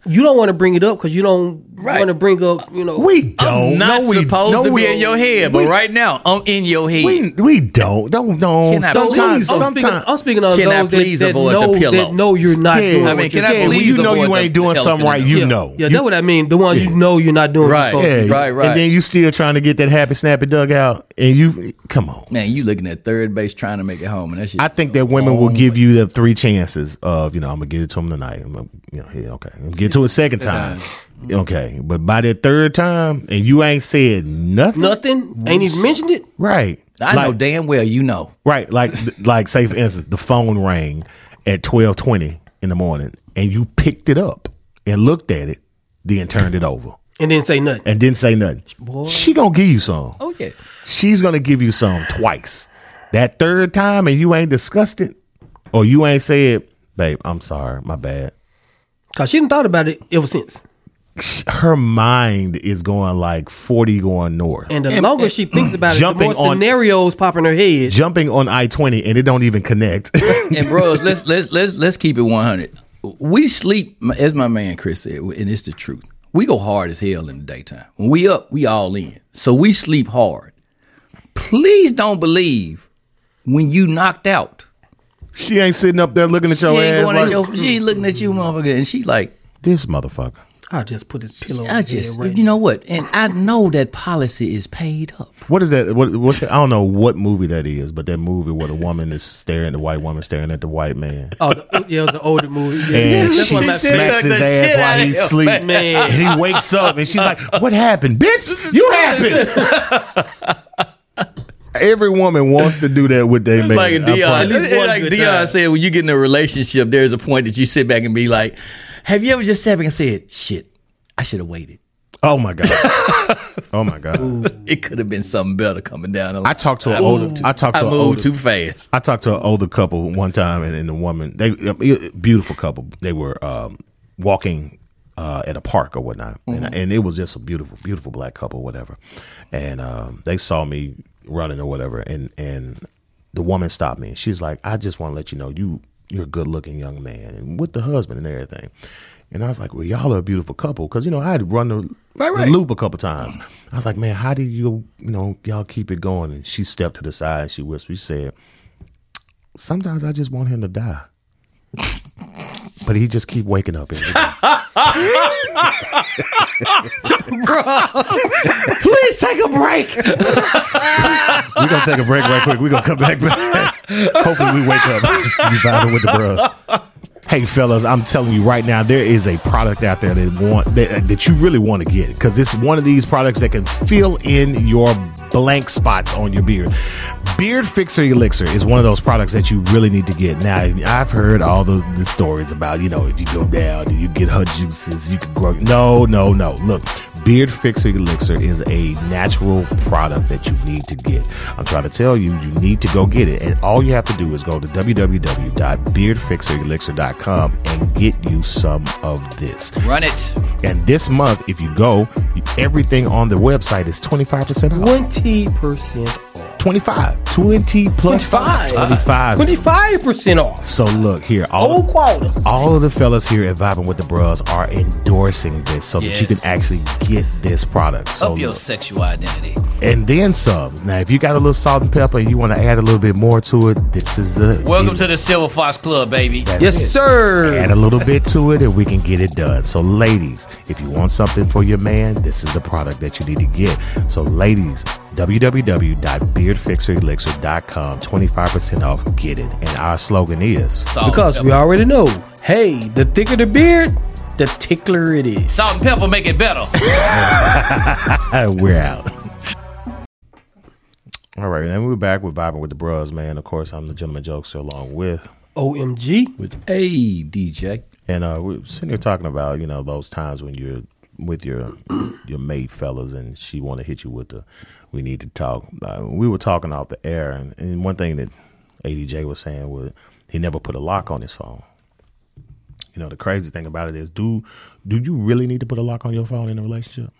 Speaker 2: You don't want to bring it up because you don't
Speaker 3: Right.
Speaker 2: want to bring up, you know.
Speaker 1: We don't.
Speaker 3: Not
Speaker 1: no, we,
Speaker 3: supposed
Speaker 1: no,
Speaker 3: to
Speaker 1: we,
Speaker 3: be in your head, but right now I'm in your head.
Speaker 1: We, we don't. Don't no.
Speaker 3: Can I
Speaker 1: Sometimes,
Speaker 3: please- Oh,
Speaker 2: I'm speaking,
Speaker 1: sometimes.
Speaker 2: I'm speaking of
Speaker 3: Can I
Speaker 2: those
Speaker 3: please
Speaker 2: that, that
Speaker 3: avoid the
Speaker 2: know
Speaker 3: pillow?
Speaker 2: that know you're not
Speaker 1: yeah,
Speaker 2: doing.
Speaker 3: I mean,
Speaker 2: what
Speaker 3: can
Speaker 2: you're
Speaker 3: I
Speaker 1: yeah,
Speaker 2: supposed
Speaker 1: when
Speaker 3: please
Speaker 1: you know
Speaker 3: avoid
Speaker 1: you
Speaker 3: the
Speaker 1: ain't doing
Speaker 3: elephant
Speaker 1: something
Speaker 3: in
Speaker 1: right,
Speaker 3: the
Speaker 1: you
Speaker 2: yeah,
Speaker 1: know.
Speaker 2: Yeah,
Speaker 1: You-
Speaker 2: that's what I mean. The ones you know you're not doing.
Speaker 3: Right.
Speaker 2: Right.
Speaker 1: yeah,
Speaker 3: Right, right.
Speaker 1: And then you still trying to get that happy snappy dug out, and you come on.
Speaker 3: Man, you looking at third base trying to make it home, and that shit.
Speaker 1: I think that women will give you the three chances of you know I'm gonna get it to him tonight. I'm gonna, you know, yeah, okay, I'm gonna get to it a second time, okay. But by the third time, and you ain't said nothing,
Speaker 2: Nothing. Ain't even mentioned it.
Speaker 1: right?
Speaker 3: I know
Speaker 1: like,
Speaker 3: damn well you know.
Speaker 1: Right, like like say for instance, the phone rang at twelve twenty in the morning, and you picked it up, and looked at it, then turned it over
Speaker 2: and then say nothing.
Speaker 1: and didn't say nothing. She gonna give you some.
Speaker 3: Oh yeah.
Speaker 1: She's gonna give you some twice. That third time, and you ain't discussed it, or you ain't said, "Babe, I'm sorry, my bad."
Speaker 2: Cause she didn't thought about it ever since.
Speaker 1: Her mind is going like forty going north,
Speaker 2: And the longer she thinks about it, the
Speaker 1: Jumping
Speaker 2: more
Speaker 1: on-
Speaker 2: scenarios pop in her head.
Speaker 1: jumping on I twenty, and it don't even connect.
Speaker 3: And bros, let's let's let's let's keep it one hundred. We sleep, as my man Chris said, and it's the truth. We go hard as hell in the daytime. When we up, we all in. So we sleep hard. Please don't believe when you knocked out.
Speaker 1: she ain't sitting up there looking at
Speaker 3: She
Speaker 1: your
Speaker 3: ain't
Speaker 1: ass
Speaker 3: going
Speaker 1: like
Speaker 3: at your, she ain't looking at you, motherfucker. And she like,
Speaker 1: this motherfucker.
Speaker 2: I just put this pillow.
Speaker 3: I just, you know what? And I know that policy is paid up.
Speaker 1: What is that? What, what's that? I don't know what movie that is, but that movie where the woman is staring, the white woman staring at the white man.
Speaker 2: Oh, the, yeah, it was an older movie. Yeah,
Speaker 1: and
Speaker 2: that's
Speaker 1: she
Speaker 2: one of my favorite.
Speaker 1: smacks
Speaker 3: Took the
Speaker 1: his ass
Speaker 3: shit
Speaker 1: while
Speaker 3: outta
Speaker 1: he's
Speaker 3: him.
Speaker 1: asleep.
Speaker 2: Man.
Speaker 1: And he wakes up and she's like, What happened? Bitch, you happened. Every woman wants to do that with their man.
Speaker 3: Like
Speaker 1: I
Speaker 3: Dion,
Speaker 1: promise.
Speaker 2: least one
Speaker 3: like
Speaker 2: good
Speaker 3: Dion
Speaker 2: time.
Speaker 3: said, when you get in a relationship, there's a point that you sit back and be like, "Have you ever just sat back and said, shit, I should have waited.
Speaker 1: Oh my God. Oh my God.
Speaker 3: It could have been something better coming down." the
Speaker 1: I
Speaker 3: line.
Speaker 1: talked to an older I talked
Speaker 3: I
Speaker 1: to an
Speaker 3: moved
Speaker 1: older
Speaker 3: too fast.
Speaker 1: I talked to an older couple one time, and, and the woman, they a beautiful couple. They were um, walking uh, at a park or whatnot,
Speaker 3: Mm-hmm.
Speaker 1: and, and it was just a beautiful, beautiful black couple, whatever. And um, they saw me running or whatever, and and the woman stopped me, and she's like, "I just want to let you know you you're a good looking young man, and with the husband and everything." And I was like, "Well, y'all are a beautiful couple," because you know I had run the
Speaker 3: Right,
Speaker 1: the
Speaker 3: right.
Speaker 1: loop a couple times. I was like, man, how do you, you know, y'all keep it going? And she stepped to the side and she whispered, she said, sometimes I just want him to die. But he just keep waking up. every day."
Speaker 3: Please take a break.
Speaker 1: We're gonna take a break right quick. We're gonna come back. Hopefully, we wake up. You vibing with the bros. Hey, fellas, I'm telling you right now, there is a product out there that want that, that you really want to get because it's one of these products that can fill in your blank spots on your beard. Beard Fixer Elixir is one of those products that you really need to get. Now, I've heard all the, the stories about you know if you go down, you get her juices, you can grow. No, no, no. Look, Beard Fixer Elixir is a natural product that you need to get. I'm trying to tell you, you need to go get it. And all you have to do is go to www.beardfixerelixir.com and get you some of this.
Speaker 3: Run it.
Speaker 1: And this month, if you go, everything on the website is 25% off.
Speaker 2: Twenty percent off.
Speaker 1: 25. 20 plus
Speaker 2: 25.
Speaker 1: 25.
Speaker 2: Twenty-five percent off.
Speaker 1: So look here, all
Speaker 2: Whole quarter.
Speaker 1: all of the fellas here at Vibing with the Bros are endorsing this so that you
Speaker 3: Yes.
Speaker 1: can actually get this product. So look.
Speaker 3: sexual identity.
Speaker 1: and then some. Now, if you got a little salt and pepper and you want to add a little bit more to it, this is the
Speaker 3: the Silver Fox Club, baby.
Speaker 2: Yes, sir.
Speaker 1: Add a little bit to it and we can get it done. So, ladies, if you want something for your man, this is the product that you need to get. So, ladies, www.beardfixerelixir.com, 25% off, get it. And our slogan is
Speaker 2: Because we already know. Hey, the thicker the beard, the tickler it is.
Speaker 3: salt and pepper make it better.
Speaker 1: Uh, we're out. All right, and we're back with Vibing with the Bros, man. Of course, I'm the gentleman jokester along with.
Speaker 2: OMG.
Speaker 3: With a DJ.
Speaker 1: And uh, we're sitting here talking about you know those times when you're with your your mate fellas and she want to hit you with the we need to talk. Uh, we were talking off the air, and, and one thing that ADJ was saying was he never put a lock on his phone. You know the crazy thing about it is do do you really need to put a lock on your phone in a relationship?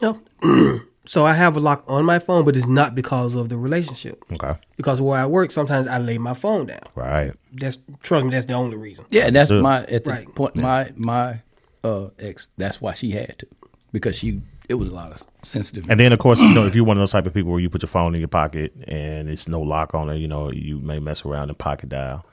Speaker 2: No. so I have a lock on my phone, but it's not because of the relationship.
Speaker 1: Okay,
Speaker 2: Because where I work, sometimes I lay my phone down.
Speaker 1: right.
Speaker 2: That's trust me, that's the only reason.
Speaker 3: Yeah, that's my at the
Speaker 2: Right.
Speaker 3: point my my uh ex. That's why she had to because she it was a lot of sensitive.
Speaker 1: And then, of course, you know, if you're one of those type of people where you put your phone in your pocket and it's no lock on it, you know, you may mess around and pocket dial,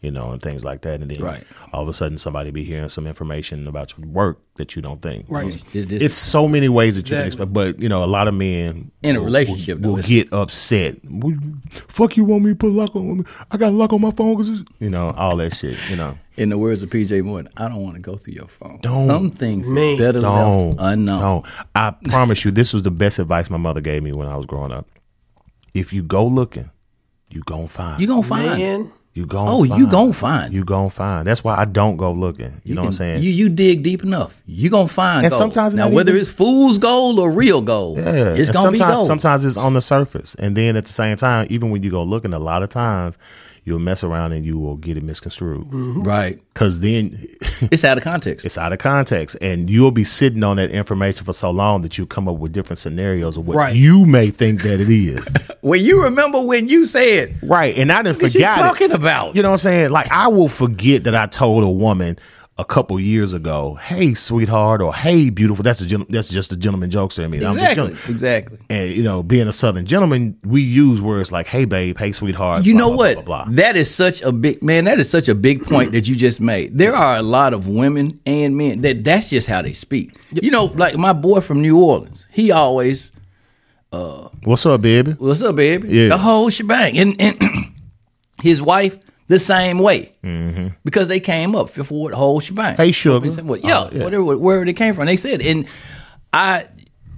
Speaker 1: you know, and things like that. And then
Speaker 3: Right.
Speaker 1: all of a sudden somebody be hearing some information about your work that you don't think.
Speaker 2: Right.
Speaker 3: This- this-
Speaker 1: It's so many ways that you can
Speaker 2: Exactly.
Speaker 1: expect, but you know, a lot of men
Speaker 3: In a
Speaker 1: will-
Speaker 3: relationship, though,
Speaker 1: will, will
Speaker 3: it's-
Speaker 1: get upset. What you- Fuck you, want me to put lock on? I got lock on my phone because you know all that shit. You know,
Speaker 3: in the words of PJ Morton, I don't want to go through your phone.
Speaker 1: Don't.
Speaker 3: Some things
Speaker 2: Man.
Speaker 3: is better
Speaker 1: Don't.
Speaker 3: left unknown.
Speaker 1: Don't. I promise you, this was the best advice my mother gave me when I was growing up. If you go looking, you gonna find.
Speaker 3: You gonna find it.
Speaker 2: Man,
Speaker 1: You gon'
Speaker 3: Oh, you gonna find.
Speaker 1: you gon' find. That's why I don't go looking. You, know what I'm
Speaker 3: can-
Speaker 1: saying?
Speaker 3: You you dig deep enough, you gonna find.
Speaker 1: And
Speaker 3: gold.
Speaker 1: sometimes
Speaker 3: now
Speaker 1: not
Speaker 3: whether
Speaker 1: even-
Speaker 3: it's fool's gold or real gold,
Speaker 1: Yeah,
Speaker 3: it's
Speaker 1: and
Speaker 3: gonna be
Speaker 1: sometimes,
Speaker 3: gold.
Speaker 1: Sometimes it's on the surface, and then at the same time, even when you go looking, a lot of times you'll mess around and you will get it misconstrued
Speaker 2: Mm-hmm.
Speaker 3: right?
Speaker 1: because then
Speaker 3: It's out of context.
Speaker 1: it's out of context, and you'll be sitting on that information for so long that you come up with different scenarios of what
Speaker 2: Right.
Speaker 1: you may think that it is.
Speaker 3: When you remember when you said,
Speaker 1: right, and I didn't
Speaker 3: "What you
Speaker 1: forget
Speaker 3: talking about?"
Speaker 1: You know what I'm saying? Like I will forget that I told a woman a couple years ago, "Hey, sweetheart," or "Hey, beautiful." That's a gen- that's just a gentleman joke to me. I'm just
Speaker 3: exactly,
Speaker 1: gentleman.
Speaker 3: exactly.
Speaker 1: and you know, being a Southern gentleman, we use words like "hey, babe," "hey, sweetheart."
Speaker 3: You
Speaker 1: blah,
Speaker 3: know
Speaker 1: blah,
Speaker 3: what?
Speaker 1: Blah, blah, Mm. blah.
Speaker 3: That is such a big man. That is such a big point that you just made. There are a lot of women and men that that's just how they speak. You know, like my boy from New Orleans. He always,
Speaker 1: What's up, baby?
Speaker 3: "What's up, baby?"
Speaker 1: Yeah.
Speaker 3: The whole shebang, and and his wife the same way because they came up for the whole shebang.
Speaker 1: Mm-hmm. Hey, sugar.
Speaker 3: Well, yeah,
Speaker 1: Oh, yeah.
Speaker 3: whatever, wherever they came from, they said, and I,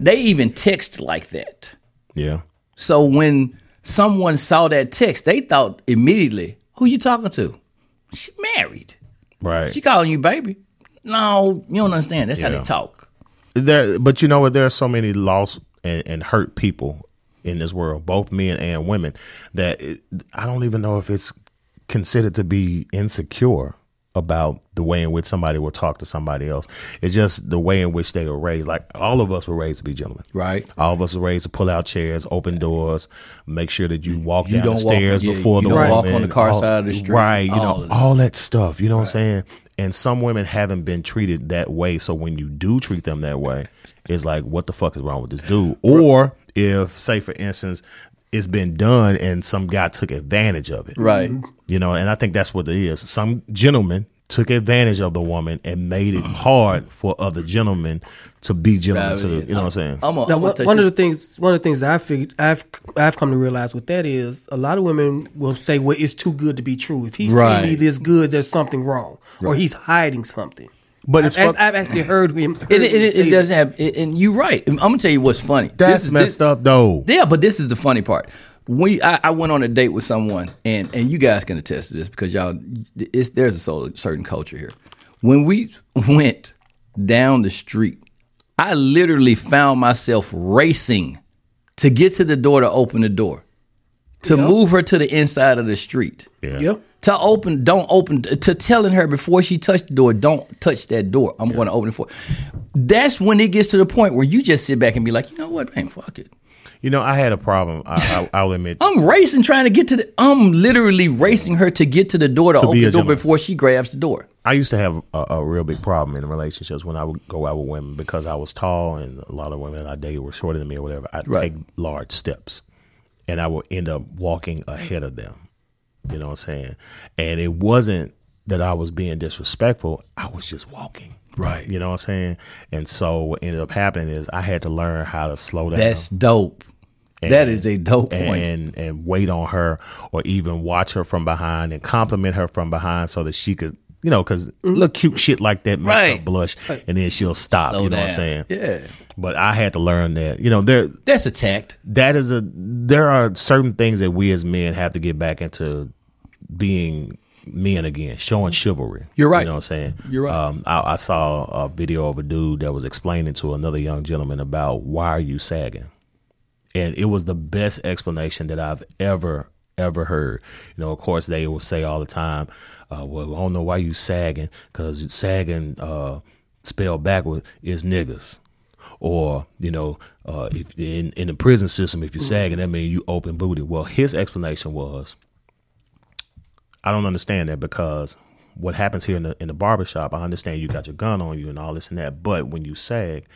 Speaker 3: they even text like that.
Speaker 1: Yeah,
Speaker 3: So when someone saw that text, they thought immediately, "Who you talking to? She married.
Speaker 1: right.
Speaker 3: She calling you baby? No, you don't understand. That's how
Speaker 1: Yeah.
Speaker 3: they talk.
Speaker 1: there, but you know what? There are so many lost and, and hurt people in this world, both men and women, that it, I don't even know if it's considered to be insecure about the way in which somebody will talk to somebody else. It's just the way in which they were raised. Like all of us were raised to be gentlemen,
Speaker 3: Right.
Speaker 1: All of us were raised to pull out chairs, open doors, make sure that you walk
Speaker 3: You
Speaker 1: down
Speaker 3: don't
Speaker 1: the
Speaker 3: walk-
Speaker 1: stairs
Speaker 3: yeah,
Speaker 1: before
Speaker 3: you
Speaker 1: the
Speaker 3: don't walk
Speaker 1: woman,
Speaker 3: on the car side of the street,
Speaker 1: right? You
Speaker 3: all
Speaker 1: know
Speaker 3: of that.
Speaker 1: all that stuff. You know what I'm saying? And some women haven't been treated that way. So when you do treat them that way, it's like, what the fuck is wrong with this dude? Or if, say, for instance, it's been done and some guy took advantage of it,
Speaker 3: Right.
Speaker 1: You know, and I think that's what it is. Some gentleman took advantage of the woman and made it hard for other gentlemen to be gentlemen
Speaker 3: Right,
Speaker 1: to the, you know what I'm saying?
Speaker 3: I'm a,
Speaker 2: Now,
Speaker 3: I'm
Speaker 2: one,
Speaker 3: a touch
Speaker 2: one of the
Speaker 3: this-
Speaker 2: things, one of the things that I figured, I've I've come to realize with that is a lot of women will say, "Well, it's too good to be true. If he's
Speaker 3: Right.
Speaker 2: treating me this good, there's something wrong, or he's hiding something."
Speaker 1: But
Speaker 2: I've,
Speaker 1: it's
Speaker 2: act-
Speaker 1: fuck-
Speaker 2: I've actually heard him. Heard
Speaker 3: it, it,
Speaker 2: him
Speaker 3: it,
Speaker 2: say
Speaker 3: it doesn't have. It, and you're right. I'm gonna tell you what's funny.
Speaker 1: That's
Speaker 3: is-
Speaker 1: messed up though.
Speaker 3: Yeah, but this is the funny part. We I, I went on a date with someone, and and you guys can attest to this because y'all, it's there's a sol- certain culture here. When we went down the street, I literally found myself racing to get to the door to open the door, to move her to the inside of the street,
Speaker 1: yeah.
Speaker 2: that. Yep.
Speaker 3: to open don't open to telling her before she touched the door, don't touch that door. I'm going to open it for. That's when it gets to the point where you just sit back and be like, you know what, man, fuck it.
Speaker 1: You know, I had a problem. I, I, I'll admit.
Speaker 3: I'm racing, trying to get to the. I'm literally racing her to get to the door to,
Speaker 1: To be a
Speaker 3: open the door
Speaker 1: gentleman.
Speaker 3: before she grabs the door.
Speaker 1: I used to have a, a real big problem in relationships when I would go out with women because I was tall and a lot of women I dated were shorter than me or whatever. I'd
Speaker 3: Right.
Speaker 1: take large steps and I would end up walking ahead of them. You know what I'm saying? And it wasn't that I was being disrespectful, I was just walking.
Speaker 3: Right.
Speaker 1: You know what I'm saying? And so what ended up happening is I had to learn how to slow down
Speaker 3: That's dope. that is a dope point.
Speaker 1: and and wait on her or even watch her from behind and compliment her from behind so that she could you know because little cute shit like that makes
Speaker 3: Mm-hmm. Right.
Speaker 1: her blush and then she'll stop
Speaker 3: Slow
Speaker 1: you know what i'm
Speaker 3: down.
Speaker 1: saying
Speaker 3: Yeah,
Speaker 1: but i had to learn that you know there
Speaker 3: that's a tact.
Speaker 1: that is a there are certain things that we as men have to get back into being men again showing chivalry
Speaker 3: You're right.
Speaker 1: you know what i'm saying
Speaker 3: You're right.
Speaker 1: um, I, I saw a video of a dude that was explaining to another young gentleman about why are you sagging and it was the best explanation that I've ever ever heard. You know, of course they will say all the time, uh, "Well, I don't know why you sagging because sagging uh, spelled backward is niggas." Or you know, uh, if, in in the prison system, if you're sagging, that means you open booty. Well, his explanation was, I don't understand that because what happens here in the in the barbershop, I understand you got your gun on you and all this and that, but when you sag,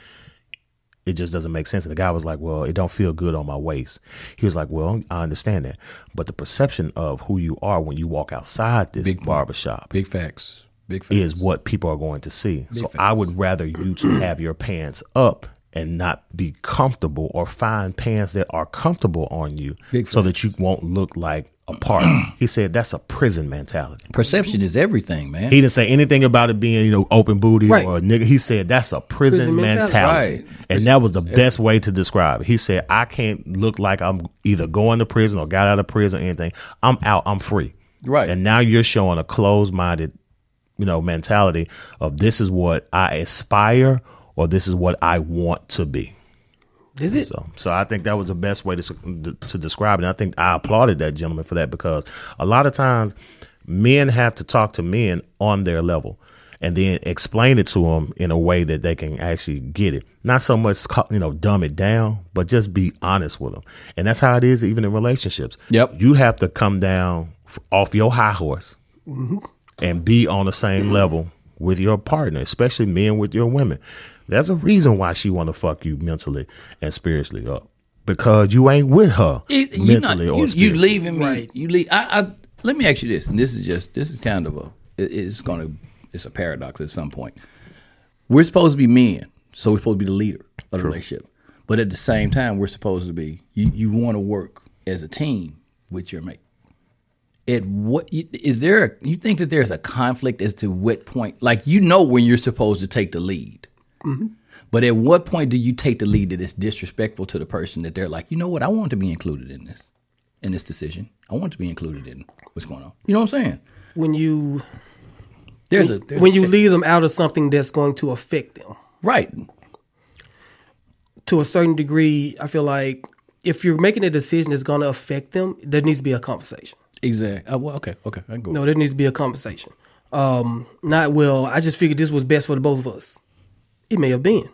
Speaker 1: it just doesn't make sense. And the guy was like, Well, it don't feel good on my waist. He was like, Well, I understand that. But the perception of who you are when you walk outside this barbershop
Speaker 3: Big facts. Big facts.
Speaker 1: is what people are going to see. So I would rather you to have your pants up and not be comfortable or find pants that are comfortable on you
Speaker 3: Big
Speaker 1: so that you won't look like a part. he said that's a prison mentality.
Speaker 3: Perception is everything, man.
Speaker 1: He didn't say anything about it being, you know, open booty
Speaker 2: Right.
Speaker 1: or a nigga. He said that's a prison,
Speaker 2: Prison mentality.
Speaker 1: mentality.
Speaker 3: Right.
Speaker 1: And that was the best way to describe it. He said, I can't look like I'm either going to prison or got out of prison or anything. I'm out. I'm free.
Speaker 3: Right.
Speaker 1: And now you're showing a closed minded, you know, mentality of this is what I aspire or this is what I want to be.
Speaker 2: Is it?
Speaker 1: So, so I think that was the best way to to describe it. And I think I applauded that gentleman for that because a lot of times men have to talk to men on their level and then explain it to them in a way that they can actually get it. Not so much co- you know dumb it down, but just be honest with them. And that's how it is even in relationships.
Speaker 3: Yep.
Speaker 1: You have to come down f- off your high horse and be on the same level with your partner, especially men with your women. There's a reason why she want to fuck you mentally and spiritually up because you ain't with her
Speaker 3: It- you
Speaker 1: mentally
Speaker 3: not-
Speaker 1: or
Speaker 3: you, you
Speaker 1: spiritually.
Speaker 3: leaving me. You leave. I, I let me ask you this, and this is just this is kind of a it- it's going to it's a paradox at some point. We're supposed to be men, so we're supposed to be the leader of the relationship, but at the same time, we're supposed to be you. You want to work as a team with your mate. At what you- is there? A, you think that there's a conflict as to what point? Like you know when you're supposed to take the lead. But at what point do you take the lead that is disrespectful to the person that they're like, you know what, I want to be included in this, in this decision. I want to be included in what's going on. You know what I'm saying?
Speaker 2: When you
Speaker 3: There's a there's
Speaker 2: when
Speaker 3: a
Speaker 2: you
Speaker 3: check-
Speaker 2: leave them out of something that's going to affect them
Speaker 3: right,
Speaker 2: to a certain degree, I feel like if you're making a decision that's going to affect them, there needs to be a conversation.
Speaker 3: exactly. Uh, well, okay, okay, I can go.
Speaker 2: No, there needs to be a conversation. Um, not well. I just figured this was best for the both of us. It may have been,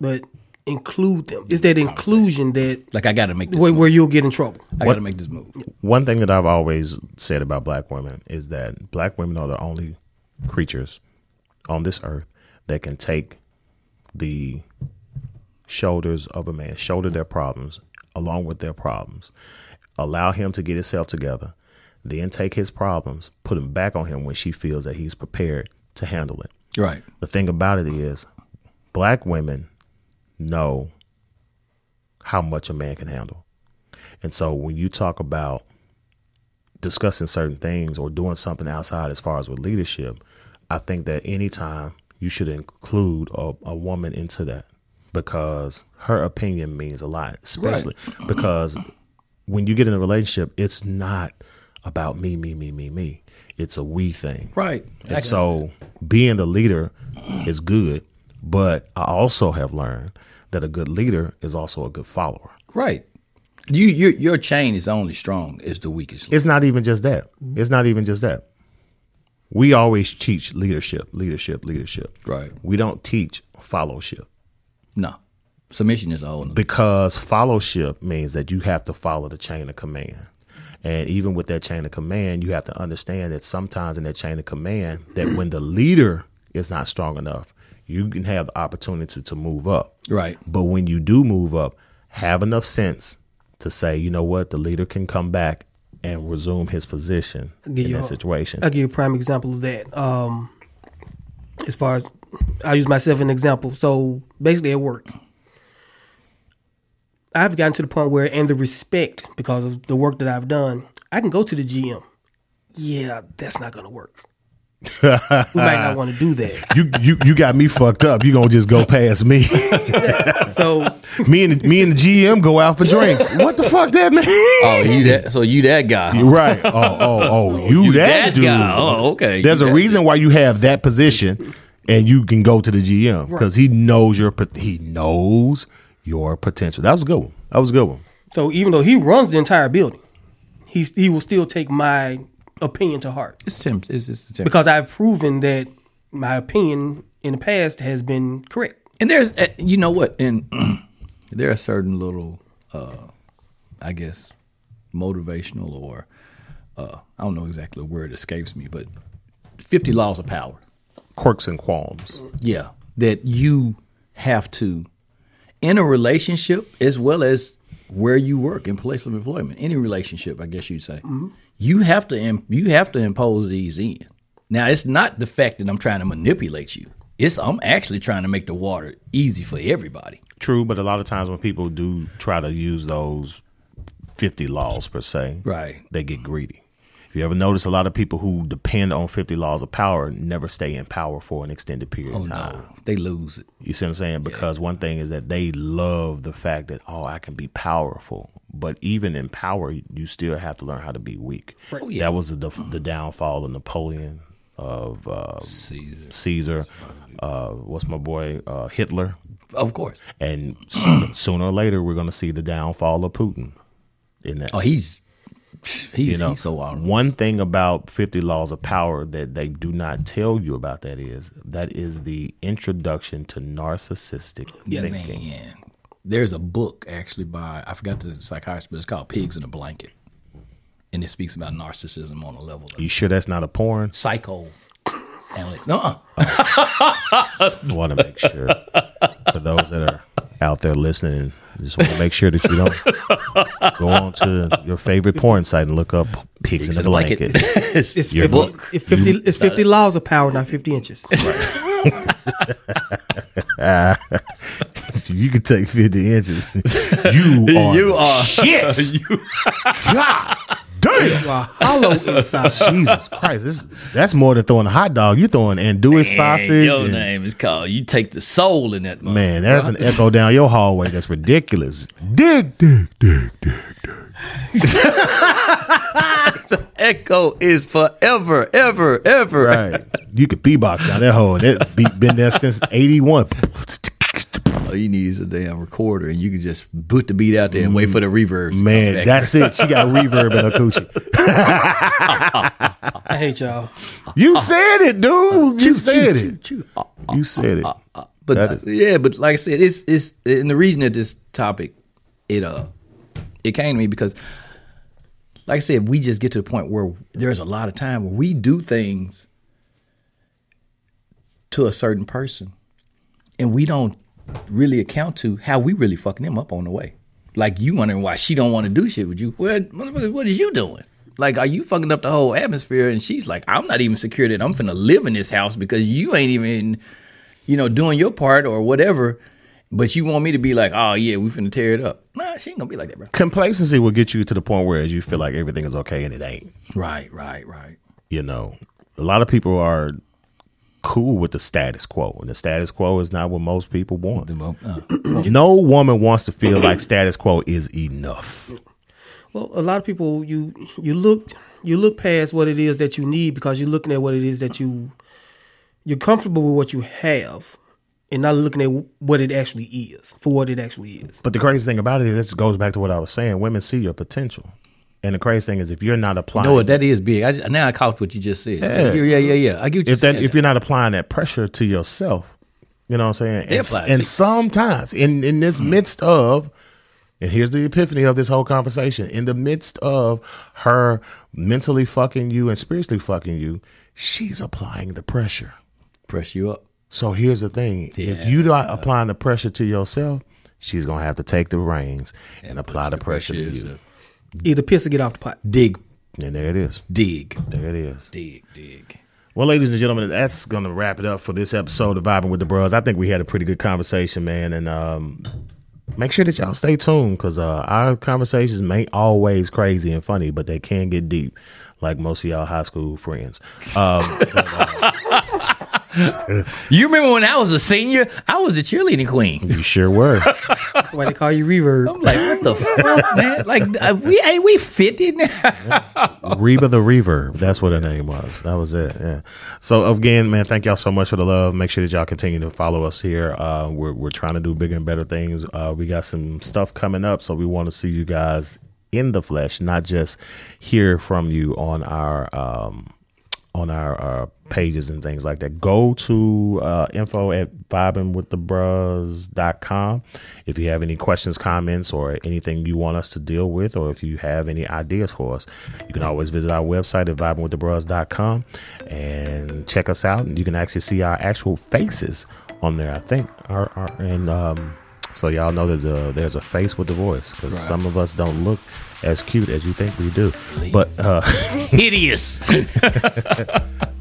Speaker 2: but include them. It's that inclusion that
Speaker 3: Like I got to make this.
Speaker 2: where,
Speaker 3: move.
Speaker 2: where you'll get in trouble.
Speaker 3: I got to make this move.
Speaker 1: One thing that I've always said about black women is that black women are the only creatures on this earth that can take the shoulders of a man, shoulder their problems along with their problems, allow him to get himself together, then take his problems, put them back on him when she feels that he's prepared to handle it.
Speaker 3: Right.
Speaker 1: The thing about it is, black women know how much a man can handle. And so when you talk about discussing certain things or doing something outside as far as with leadership, I think that anytime you should include a, a woman into that because her opinion means a lot, especially because when you get in a relationship, it's not about me, me, me, me, me. It's a we thing.
Speaker 3: Right. I can-
Speaker 1: And so being the leader is good, but I also have learned that a good leader is also a good follower.
Speaker 3: right. You your your chain is only strong as the weakest.
Speaker 1: It's not even just that.
Speaker 3: Mm-hmm.
Speaker 1: It's not even just that. We always teach leadership, leadership, leadership.
Speaker 3: Right.
Speaker 1: We don't teach followship
Speaker 3: No. Submission is all.
Speaker 1: because followship means that you have to follow the chain of command. And even with that chain of command, you have to understand that sometimes in that chain of command, that when the leader is not strong enough, you can have the opportunity to move up.
Speaker 3: Right.
Speaker 1: But when you do move up, have enough sense to say, you know what, the leader can come back and resume his position
Speaker 2: give
Speaker 1: in
Speaker 2: you
Speaker 1: that
Speaker 2: a-
Speaker 1: situation.
Speaker 2: I'll give you a prime example of that. Um, as far as I use myself as an example. So basically at work. I've gotten to the point where and the respect because of the work that I've done, I can go to the GM. Yeah, that's not gonna work. we might not want to do that.
Speaker 1: You, you you got me fucked up. You gonna just go past me.
Speaker 2: So
Speaker 1: me and me and the GM go out for drinks. What the fuck that mean?
Speaker 3: Oh, you that? So you that guy? huh?
Speaker 1: You're right. Oh, oh, oh, you,
Speaker 3: You
Speaker 1: that,
Speaker 3: that
Speaker 1: dude.
Speaker 3: guy. Oh, okay.
Speaker 1: There's
Speaker 3: You
Speaker 1: a
Speaker 3: that-
Speaker 1: reason why you have that position, and you can go to the GM because he knows your pot- he knows your potential. That was a good one. That was a good one.
Speaker 2: so even though he runs the entire building, he he will still take my opinion to heart.
Speaker 3: It's temp. It's just a temp.
Speaker 2: because I've proven that my opinion in the past has been correct.
Speaker 3: And there's, uh, you know what, and there are certain little, uh, I guess, motivational or uh, I don't know exactly where it escapes me, but fifty laws of power.
Speaker 1: Quirks and qualms.
Speaker 3: Yeah, that you have to in a relationship as well as where you work in place of employment, any relationship, I guess you'd say, you have to im- you have to impose these in. Now, it's not the fact that I'm trying to manipulate you. It's I'm actually trying to make the water easy for everybody.
Speaker 1: True, but a lot of times when people do try to use those 50 laws per se,
Speaker 3: Right.
Speaker 1: they get greedy. If you ever notice, a lot of people who depend on 50 laws of power never stay in power for an extended period of time.
Speaker 3: Oh, No, they lose it.
Speaker 1: You see what I'm saying? Because one thing is that they love the fact that, oh, I can be powerful. But even in power, you still have to learn how to be weak.
Speaker 3: Oh, yeah.
Speaker 1: That was the def- the downfall of Napoleon, of uh,
Speaker 3: Caesar.
Speaker 1: Caesar, uh, what's my boy uh, Hitler,
Speaker 3: Of course.
Speaker 1: and sooner, sooner or later we're going to see the downfall of Putin. In that,
Speaker 3: Oh, he's he's,
Speaker 1: you know,
Speaker 3: he's so wild.
Speaker 1: one thing about 50 laws of power that they do not tell you about that is that is the introduction to narcissistic thinking.
Speaker 3: Man, there's a book actually by I forgot the psychiatrist, but it's called Pigs in a Blanket, and it speaks about narcissism on a level of
Speaker 1: You sure that's not a porn?
Speaker 3: psycho. Analytics. No,
Speaker 1: I want to make sure for those that are out there listening, just want to make sure that you don't go on to your favorite porn site and look up pigs, in a blanket.
Speaker 3: it's, it's
Speaker 1: Your
Speaker 3: the book.
Speaker 2: It's fifty. It's fifty laws of power, not fifty inches.
Speaker 1: You can take 50 inches. You are
Speaker 3: You
Speaker 1: the
Speaker 3: are-
Speaker 1: shit. God damn.
Speaker 2: You are hollow inside.
Speaker 1: Jesus Christ, this, that's more than throwing a hot dog. You're throwing andouille sausage.
Speaker 3: Your
Speaker 1: and-
Speaker 3: name is called. You take the soul in that. Man.
Speaker 1: Man, there's an echo down your hallway. That's ridiculous. Dick, dick, dick, dick.
Speaker 3: Echo is forever, ever, ever.
Speaker 1: Right. You could beatbox down that hole. That be, been there since 81.
Speaker 3: All you need is a damn recorder, and you can just put the beat out there and wait for the reverb. to come
Speaker 1: Man,
Speaker 3: back.
Speaker 1: that's it. She got reverb in her coochie.
Speaker 2: I hate y'all.
Speaker 1: You said it, dude. You
Speaker 3: Choo,
Speaker 1: said
Speaker 3: choo,
Speaker 1: it.
Speaker 3: choo, choo. Ah, ah.
Speaker 1: You said it.
Speaker 3: But
Speaker 1: That
Speaker 3: uh,
Speaker 1: is-
Speaker 3: yeah, but like I said, it's it's and the reason that this topic it uh it came to me because like I said, we just get to the point where there's a lot of time where we do things to a certain person and we don't really account to how we really fucking them up on the way. Like you wondering why she don't want to do shit with you. Well, motherfucker, what is you doing? Like, are you fucking up the whole atmosphere? And she's like, I'm not even secure that I'm finna live in this house because you ain't even, you know, doing your part or whatever. But you want me to be like, oh yeah, we finna tear it up. Nah, she ain't gonna be like that, bro.
Speaker 1: Complacency will get you to the point where you feel like everything is okay and it ain't.
Speaker 3: Right, right, right.
Speaker 1: you know, a lot of people are cool with the status quo, and the status quo is not what most people want.
Speaker 3: Well, uh,
Speaker 1: No woman wants to feel like status quo is enough.
Speaker 2: Well, a lot of people you you look you look past what it is that you need because you're looking at what it is that you you're comfortable with what you have and not looking at what it actually is for what it actually is.
Speaker 1: But the crazy thing about it is, this goes back to what I was saying. Women see your potential, and the crazy thing is, if you're not applying,
Speaker 3: no, that is big. I just, now I caught what you just said. Yeah, yeah, yeah. yeah. I get what you
Speaker 1: if that
Speaker 3: said.
Speaker 1: if you're not applying that pressure to yourself, you know what I'm saying. And,
Speaker 3: apply it to
Speaker 1: and
Speaker 3: you.
Speaker 1: sometimes in in this midst of, and here's the epiphany of this whole conversation. In the midst of her mentally fucking you and spiritually fucking you, she's applying the pressure.
Speaker 3: Press you up.
Speaker 1: So here's the thing: if you're not applying the pressure to yourself, she's gonna have to take the reins and, apply the pressure, to you.
Speaker 2: Either piss or get off the pot.
Speaker 3: Dig,
Speaker 1: And there it is.
Speaker 3: dig,
Speaker 1: There it is.
Speaker 3: dig, dig.
Speaker 1: Well, ladies and gentlemen, that's going to wrap it up for this episode of Vibing with the Bros. I think we had a pretty good conversation, man. And um, make sure that y'all stay tuned because uh, our conversations may always crazy and funny, but they can get deep, like most of y'all high school friends. Um,
Speaker 3: You remember when I was a senior? I was the cheerleading queen.
Speaker 1: you sure were.
Speaker 2: That's why they call you reverb.
Speaker 3: I'm like, what the fuck, man? Like, uh, we ain't we fifty now?
Speaker 1: Reba the Reverb. That's what her name was. That was it. Yeah. So again, man, thank y'all so much for the love. Make sure that y'all continue to follow us here. Uh, we're we're trying to do bigger and better things. Uh, we got some stuff coming up, so we want to see you guys in the flesh, not just hear from you on our um, on our uh, pages and things like that. Go to uh, info at vibingwiththebros.com if you have any questions, comments, or anything you want us to deal with, or if you have any ideas for us. You can always visit our website at vibingwiththebros.com and check us out. And you can actually see our actual faces on there, I think. Our, our, and um, so y'all know that uh, there's a face with the voice because some of us don't look as cute as you think we do. But. Uh,
Speaker 3: Hideous.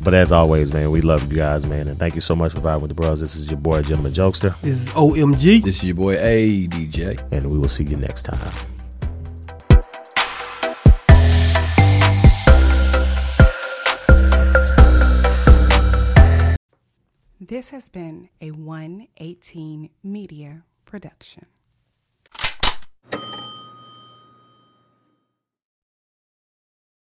Speaker 1: But as always, man, we love you guys, man, and thank you so much for vibing with the bros. This is your boy, Gentleman Jokester,
Speaker 2: This is OMG.
Speaker 3: This is your boy ADJ.
Speaker 1: and we will see you next time.
Speaker 4: This has been a 118 Media production.